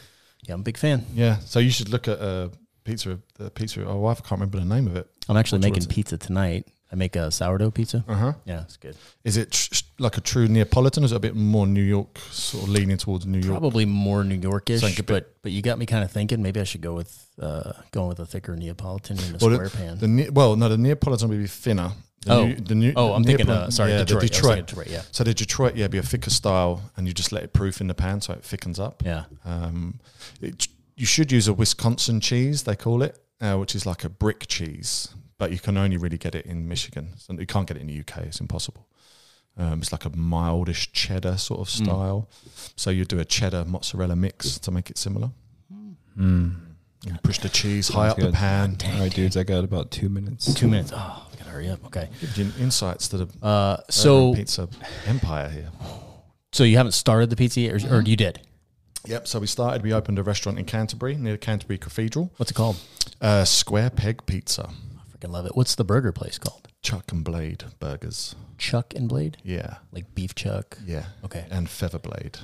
Speaker 1: yeah, I'm a big fan.
Speaker 3: <laughs> Yeah. So you should look at uh, pizza. The pizza. Oh, I can't remember the name of it.
Speaker 1: I'm actually
Speaker 3: Which
Speaker 1: making
Speaker 3: one's it?
Speaker 1: pizza tonight. I make a sourdough pizza.
Speaker 3: Uh huh.
Speaker 1: Yeah, it's good.
Speaker 3: Is it tr- like a true Neapolitan? Or is it a bit more New York, sort of leaning towards New York?
Speaker 1: Probably more New Yorkish,
Speaker 3: Sounds good,
Speaker 1: but but you got me kind of thinking maybe I should go with uh, going with a thicker Neapolitan in a
Speaker 3: Well,
Speaker 1: square pan.
Speaker 3: The ne- well, no, the Neapolitan would be thinner. The
Speaker 1: Oh.
Speaker 3: New- the new,
Speaker 1: oh,
Speaker 3: the
Speaker 1: I'm thinking
Speaker 3: Neapolitan-
Speaker 1: uh, sorry,
Speaker 3: yeah, the
Speaker 1: Detroit. I was
Speaker 3: Detroit.
Speaker 1: thinking Detroit. Yeah,
Speaker 3: So the Detroit, yeah, be a thicker style, and you just let it proof in the pan so it thickens up.
Speaker 1: yeah.
Speaker 3: Um, it, you should use a Wisconsin cheese, they call it, uh, which is like a brick cheese, but you can only really get it in Michigan. So you can't get it in the UK; it's impossible. Um, it's like a mildish cheddar sort
Speaker 1: Mm.
Speaker 3: of style. So you do a cheddar mozzarella mix to make it similar.
Speaker 1: Mm.
Speaker 3: Mm. You push the cheese high
Speaker 2: Sounds
Speaker 3: up the
Speaker 2: good.
Speaker 3: pan.
Speaker 2: All right, dudes, I got about two minutes.
Speaker 1: Two minutes. Oh, I gotta hurry up. Okay.
Speaker 3: Gives you insights to the
Speaker 1: Uh, so
Speaker 3: pizza empire here.
Speaker 1: so you haven't started the pizza yet,
Speaker 3: Uh-huh.
Speaker 1: or, or you did?
Speaker 3: Yep. So we started. We opened a restaurant in Canterbury near Canterbury Cathedral.
Speaker 1: What's it called?
Speaker 3: Uh, Square Peg Pizza,
Speaker 1: I freaking love it. What's the burger place called?
Speaker 3: Chuck and Blade Burgers.
Speaker 1: Chuck and Blade,
Speaker 3: Yeah,
Speaker 1: like beef chuck.
Speaker 3: yeah.
Speaker 1: Okay.
Speaker 3: And Feather Blade,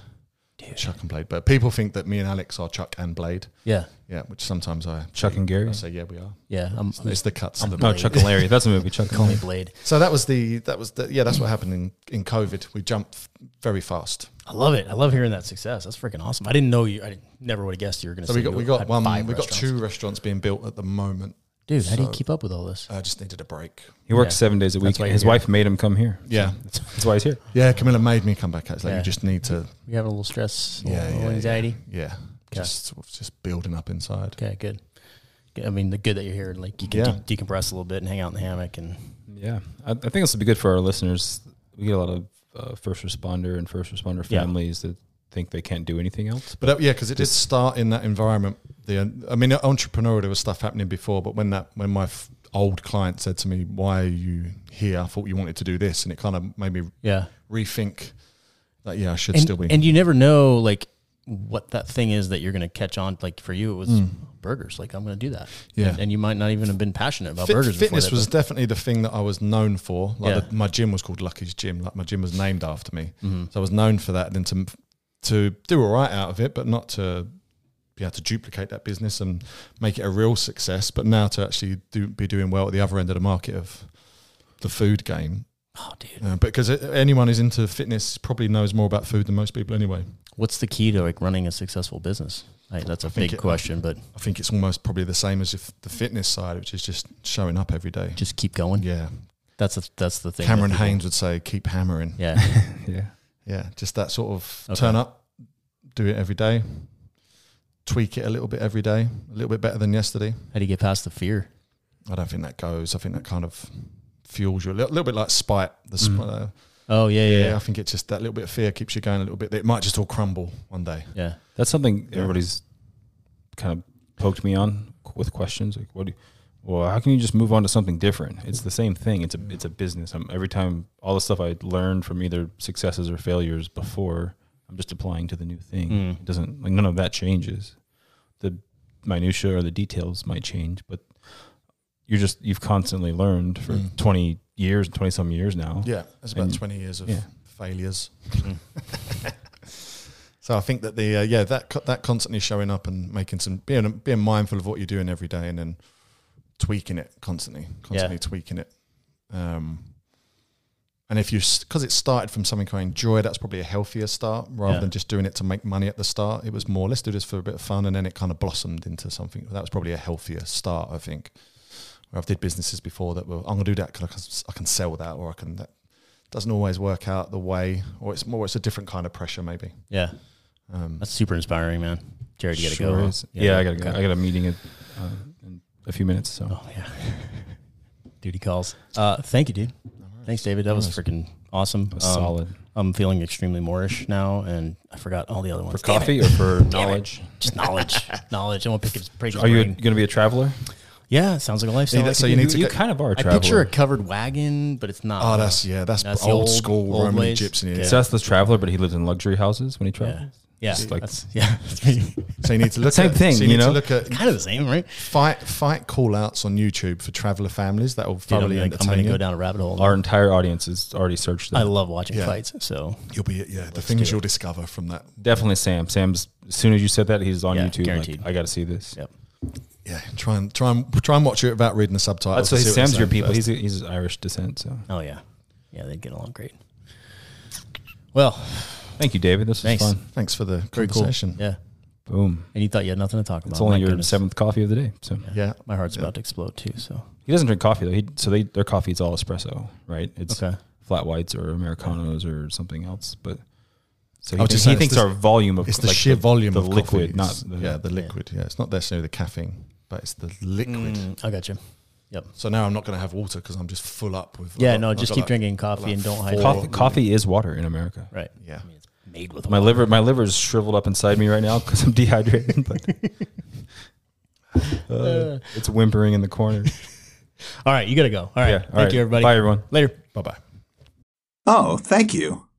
Speaker 1: Dude.
Speaker 3: Chuck and Blade. But people think that me and Alex are Chuck and Blade.
Speaker 1: Yeah,
Speaker 3: Yeah, which sometimes I
Speaker 2: Chuck and Gary.
Speaker 3: I say yeah we are.
Speaker 1: yeah. I'm,
Speaker 3: It's the cuts. of the
Speaker 2: No, Chuck and Larry. That's a movie. Chuck and
Speaker 1: call me
Speaker 2: Larry.
Speaker 1: Blade.
Speaker 3: So that was the that was the yeah that's what happened in in COVID. We jumped very fast.
Speaker 1: I love it. I love hearing that success. That's freaking awesome. I didn't know you. I didn't, never would have guessed you were going to.
Speaker 3: So
Speaker 1: say
Speaker 3: we got
Speaker 1: you
Speaker 3: we got
Speaker 1: had
Speaker 3: one
Speaker 1: five
Speaker 3: we got
Speaker 1: restaurants.
Speaker 3: two restaurants being built at the moment.
Speaker 1: Dude, how do you
Speaker 3: so- Uh,
Speaker 1: keep up with all this?
Speaker 3: I just needed a break.
Speaker 2: He works
Speaker 1: Yeah.
Speaker 2: seven days a
Speaker 1: That's
Speaker 2: week.
Speaker 1: why you're
Speaker 2: His
Speaker 1: here.
Speaker 2: wife made him come here.
Speaker 3: Yeah,
Speaker 2: That's why he's here.
Speaker 3: yeah. Camilla made me come back. It's like
Speaker 1: Yeah.
Speaker 3: you just need to
Speaker 1: You having a little stress, a
Speaker 3: Yeah,
Speaker 1: little
Speaker 3: yeah,
Speaker 1: anxiety?
Speaker 3: yeah just sort of just building up inside.
Speaker 1: Okay, good. Good. I mean, the good that you're here, like you can
Speaker 3: Yeah.
Speaker 1: de- decompress a little bit and hang out in the hammock, and
Speaker 2: Yeah, I, I think this would be good for our listeners. We get a lot of uh, first responder and first responder
Speaker 1: Yeah.
Speaker 2: families that think they can't do anything else.
Speaker 3: But uh, yeah, because it did start in that environment. The uh, I mean, entrepreneurial there was stuff happening before, but when that when my f- old client said to me, "Why are you here?" I thought you wanted to do this, and it kind of made me
Speaker 1: yeah,
Speaker 3: rethink that. Yeah, I should
Speaker 1: and,
Speaker 3: still be.
Speaker 1: and you never know, like what that thing is that you're going to catch on. Like for you, it was burgers. Like I'm going to do that.
Speaker 3: Mm. Yeah.
Speaker 1: And, and you might not even have been passionate about
Speaker 3: Fit-
Speaker 1: burgers. before
Speaker 3: fitness
Speaker 1: that,
Speaker 3: was definitely the thing that I was known for. Like
Speaker 1: Yeah.
Speaker 3: the, my gym was called Lucky's Gym. Like my gym was named after me,
Speaker 1: mm-hmm.
Speaker 3: so I was known for that. And then to to do all right out of it, but not to be able to duplicate that business and make it a real success. But now to actually do, be doing well at the other end of the market of the food game,
Speaker 1: but- oh, dude.
Speaker 3: uh, because it- anyone who's into fitness probably knows more about food than most people anyway.
Speaker 1: What's the key to like running a successful business? Like, that's a
Speaker 3: think
Speaker 1: big
Speaker 3: it-
Speaker 1: question, but
Speaker 3: I think it's almost probably the same as if the fitness side, which is just showing up every day.
Speaker 1: just keep going.
Speaker 3: Yeah,
Speaker 1: That's the, that's the thing. that
Speaker 3: Cameron
Speaker 1: people-
Speaker 3: Haynes would say, "Keep hammering."
Speaker 1: Yeah.
Speaker 2: Yeah.
Speaker 3: Yeah, just that sort of
Speaker 1: Okay.
Speaker 3: turn up, do it every day, tweak it a little bit every day, a little bit better than yesterday.
Speaker 1: How do you get past the fear?
Speaker 3: I don't think that goes. I think that kind of fuels you a little, little bit like spite. The sp- uh,
Speaker 1: Oh yeah, yeah,
Speaker 3: yeah,
Speaker 1: yeah.
Speaker 3: I think it's just that little bit of fear keeps you going a little bit. It might just all crumble one day.
Speaker 1: yeah.
Speaker 2: That's something everybody's kind of poked me on qu- with questions like, "What? Do you, well, how can you just move on to something different? It's the same thing. It's a it's a business. I'm, every time all the stuff I learned from either successes or failures before, I'm just applying to the new thing.
Speaker 1: Mm.
Speaker 2: It doesn't like none of that changes. The minutia or the details might change, but you're just you've constantly learned for
Speaker 3: Mm.
Speaker 2: 20 years, 20 some years now.
Speaker 3: Yeah, it's about
Speaker 2: And-
Speaker 3: twenty years of
Speaker 2: yeah.
Speaker 3: failures. <laughs> so I think that the uh, yeah that co- that constantly showing up and making some being being mindful of what you're doing every day and then tweaking it constantly, constantly tweaking it. Um, and if you because it started from something I enjoy, that's probably a healthier start rather
Speaker 1: Yeah.
Speaker 3: than just doing it to make money at the start. It was more let's do this for a bit of fun, and then it kind of blossomed into something that was probably a healthier start. I think. Where I've did businesses before that were I'm gonna do that because I can, I can sell that or I can that doesn't always work out the way, or it's more, it's a different kind of pressure, maybe.
Speaker 1: Yeah.
Speaker 3: Um,
Speaker 1: That's super inspiring, man. Jared, you gotta
Speaker 2: Sure
Speaker 1: go.
Speaker 2: is. Yeah, I got to go. I got a meeting at, uh, in a few minutes. So.
Speaker 1: Oh yeah. <laughs> Duty calls. Uh, thank you, dude. Thanks, David. That was freaking awesome.
Speaker 2: That was
Speaker 1: Um,
Speaker 2: solid.
Speaker 1: I'm feeling extremely Moorish now, and I forgot all the other ones.
Speaker 2: For coffee or for knowledge?
Speaker 1: Just
Speaker 2: <laughs>
Speaker 1: knowledge, knowledge. I want to pick his praise. his
Speaker 2: Are you
Speaker 1: brain.
Speaker 2: going to be a traveler?
Speaker 1: Yeah, sounds like a lifestyle.
Speaker 3: Yeah,
Speaker 1: I
Speaker 3: so
Speaker 1: could
Speaker 3: you
Speaker 1: do.
Speaker 3: need to
Speaker 2: you
Speaker 3: get-
Speaker 2: kind of are a
Speaker 1: I
Speaker 2: traveler.
Speaker 1: picture a covered wagon, but it's not.
Speaker 3: oh, that's yeah, that's,
Speaker 1: That's the
Speaker 3: old,
Speaker 1: old-
Speaker 3: school
Speaker 1: old
Speaker 3: Roman
Speaker 1: ways.
Speaker 3: Egyptian.
Speaker 1: Yeah.
Speaker 3: Yeah.
Speaker 2: So that's the traveler, but he lives in luxury houses when he
Speaker 1: yeah,
Speaker 2: travels.
Speaker 1: yeah,
Speaker 2: Just like-
Speaker 1: that's, yeah. <laughs> That's me.
Speaker 3: So you need to look
Speaker 2: Same
Speaker 3: at,
Speaker 2: thing,
Speaker 3: so
Speaker 2: you
Speaker 3: need to
Speaker 2: know?
Speaker 3: look at
Speaker 1: kind of the same, right?
Speaker 3: fight fight call outs on YouTube for traveler families. That will
Speaker 1: Dude, I'm,
Speaker 3: thoroughly
Speaker 1: like, I'm
Speaker 3: entertain
Speaker 1: gonna
Speaker 3: you.
Speaker 1: go down a rabbit hole.
Speaker 2: Our entire audience has already searched that.
Speaker 1: I love watching
Speaker 3: Yeah.
Speaker 1: fights, so
Speaker 3: You'll be yeah, the things you'll discover from that.
Speaker 2: Definitely Sam. Sam's, as soon as you said that, he's on
Speaker 1: Yeah,
Speaker 2: YouTube. like,
Speaker 1: guaranteed.
Speaker 2: I got to see this.
Speaker 1: yep.
Speaker 3: Yeah, try and try and try and watch it without reading the
Speaker 2: That's
Speaker 3: subtitles.
Speaker 2: why
Speaker 3: to see what they're
Speaker 2: Sam's your
Speaker 3: saying
Speaker 2: people.
Speaker 3: first.
Speaker 2: He's, he's Irish descent. So
Speaker 1: Oh yeah, yeah, they get along great. Well,
Speaker 2: thank you, David. This was
Speaker 1: Thanks.
Speaker 2: fun.
Speaker 3: Thanks for the
Speaker 1: very cool.
Speaker 3: conversation.
Speaker 1: Yeah,
Speaker 2: Boom.
Speaker 1: and you thought you had nothing to talk about.
Speaker 2: It's only
Speaker 1: Oh My
Speaker 2: your
Speaker 1: goodness.
Speaker 2: seventh coffee of the day. So
Speaker 3: yeah,
Speaker 1: My heart's about to explode too. So
Speaker 2: he doesn't drink coffee though. He, so they, their coffee is all espresso, right? It's
Speaker 1: Okay.
Speaker 2: flat whites or americanos or something else. But so
Speaker 3: I
Speaker 2: he,
Speaker 3: was
Speaker 2: thinks,
Speaker 3: just
Speaker 2: he
Speaker 3: saying,
Speaker 2: thinks
Speaker 3: it's
Speaker 2: our volume of
Speaker 3: It's the
Speaker 2: like,
Speaker 3: sheer volume
Speaker 2: the
Speaker 3: of
Speaker 2: liquid,
Speaker 3: coffee. It's-
Speaker 2: not the-
Speaker 3: yeah, the liquid. Yeah, it's not necessarily the caffeine, but it's the liquid.
Speaker 1: Mm, I got you. Yep.
Speaker 3: So now I'm not going to have water because I'm just full up with.
Speaker 1: Yeah,
Speaker 3: I've
Speaker 1: no,
Speaker 3: I've
Speaker 1: just keep drinking coffee and don't hydrate.
Speaker 2: coffee, coffee is water in America.
Speaker 1: Right.
Speaker 3: Yeah.
Speaker 1: I mean, it's made with
Speaker 2: My liver, my liver's shriveled up inside me right now because I'm <laughs> dehydrated. But uh, it's whimpering in the corner.
Speaker 1: All right, you gotta go. All right.
Speaker 2: Yeah. all
Speaker 1: Thank
Speaker 2: right.
Speaker 1: you, everybody.
Speaker 2: Bye, everyone.
Speaker 1: Later.
Speaker 3: Bye bye.
Speaker 4: Oh, thank you.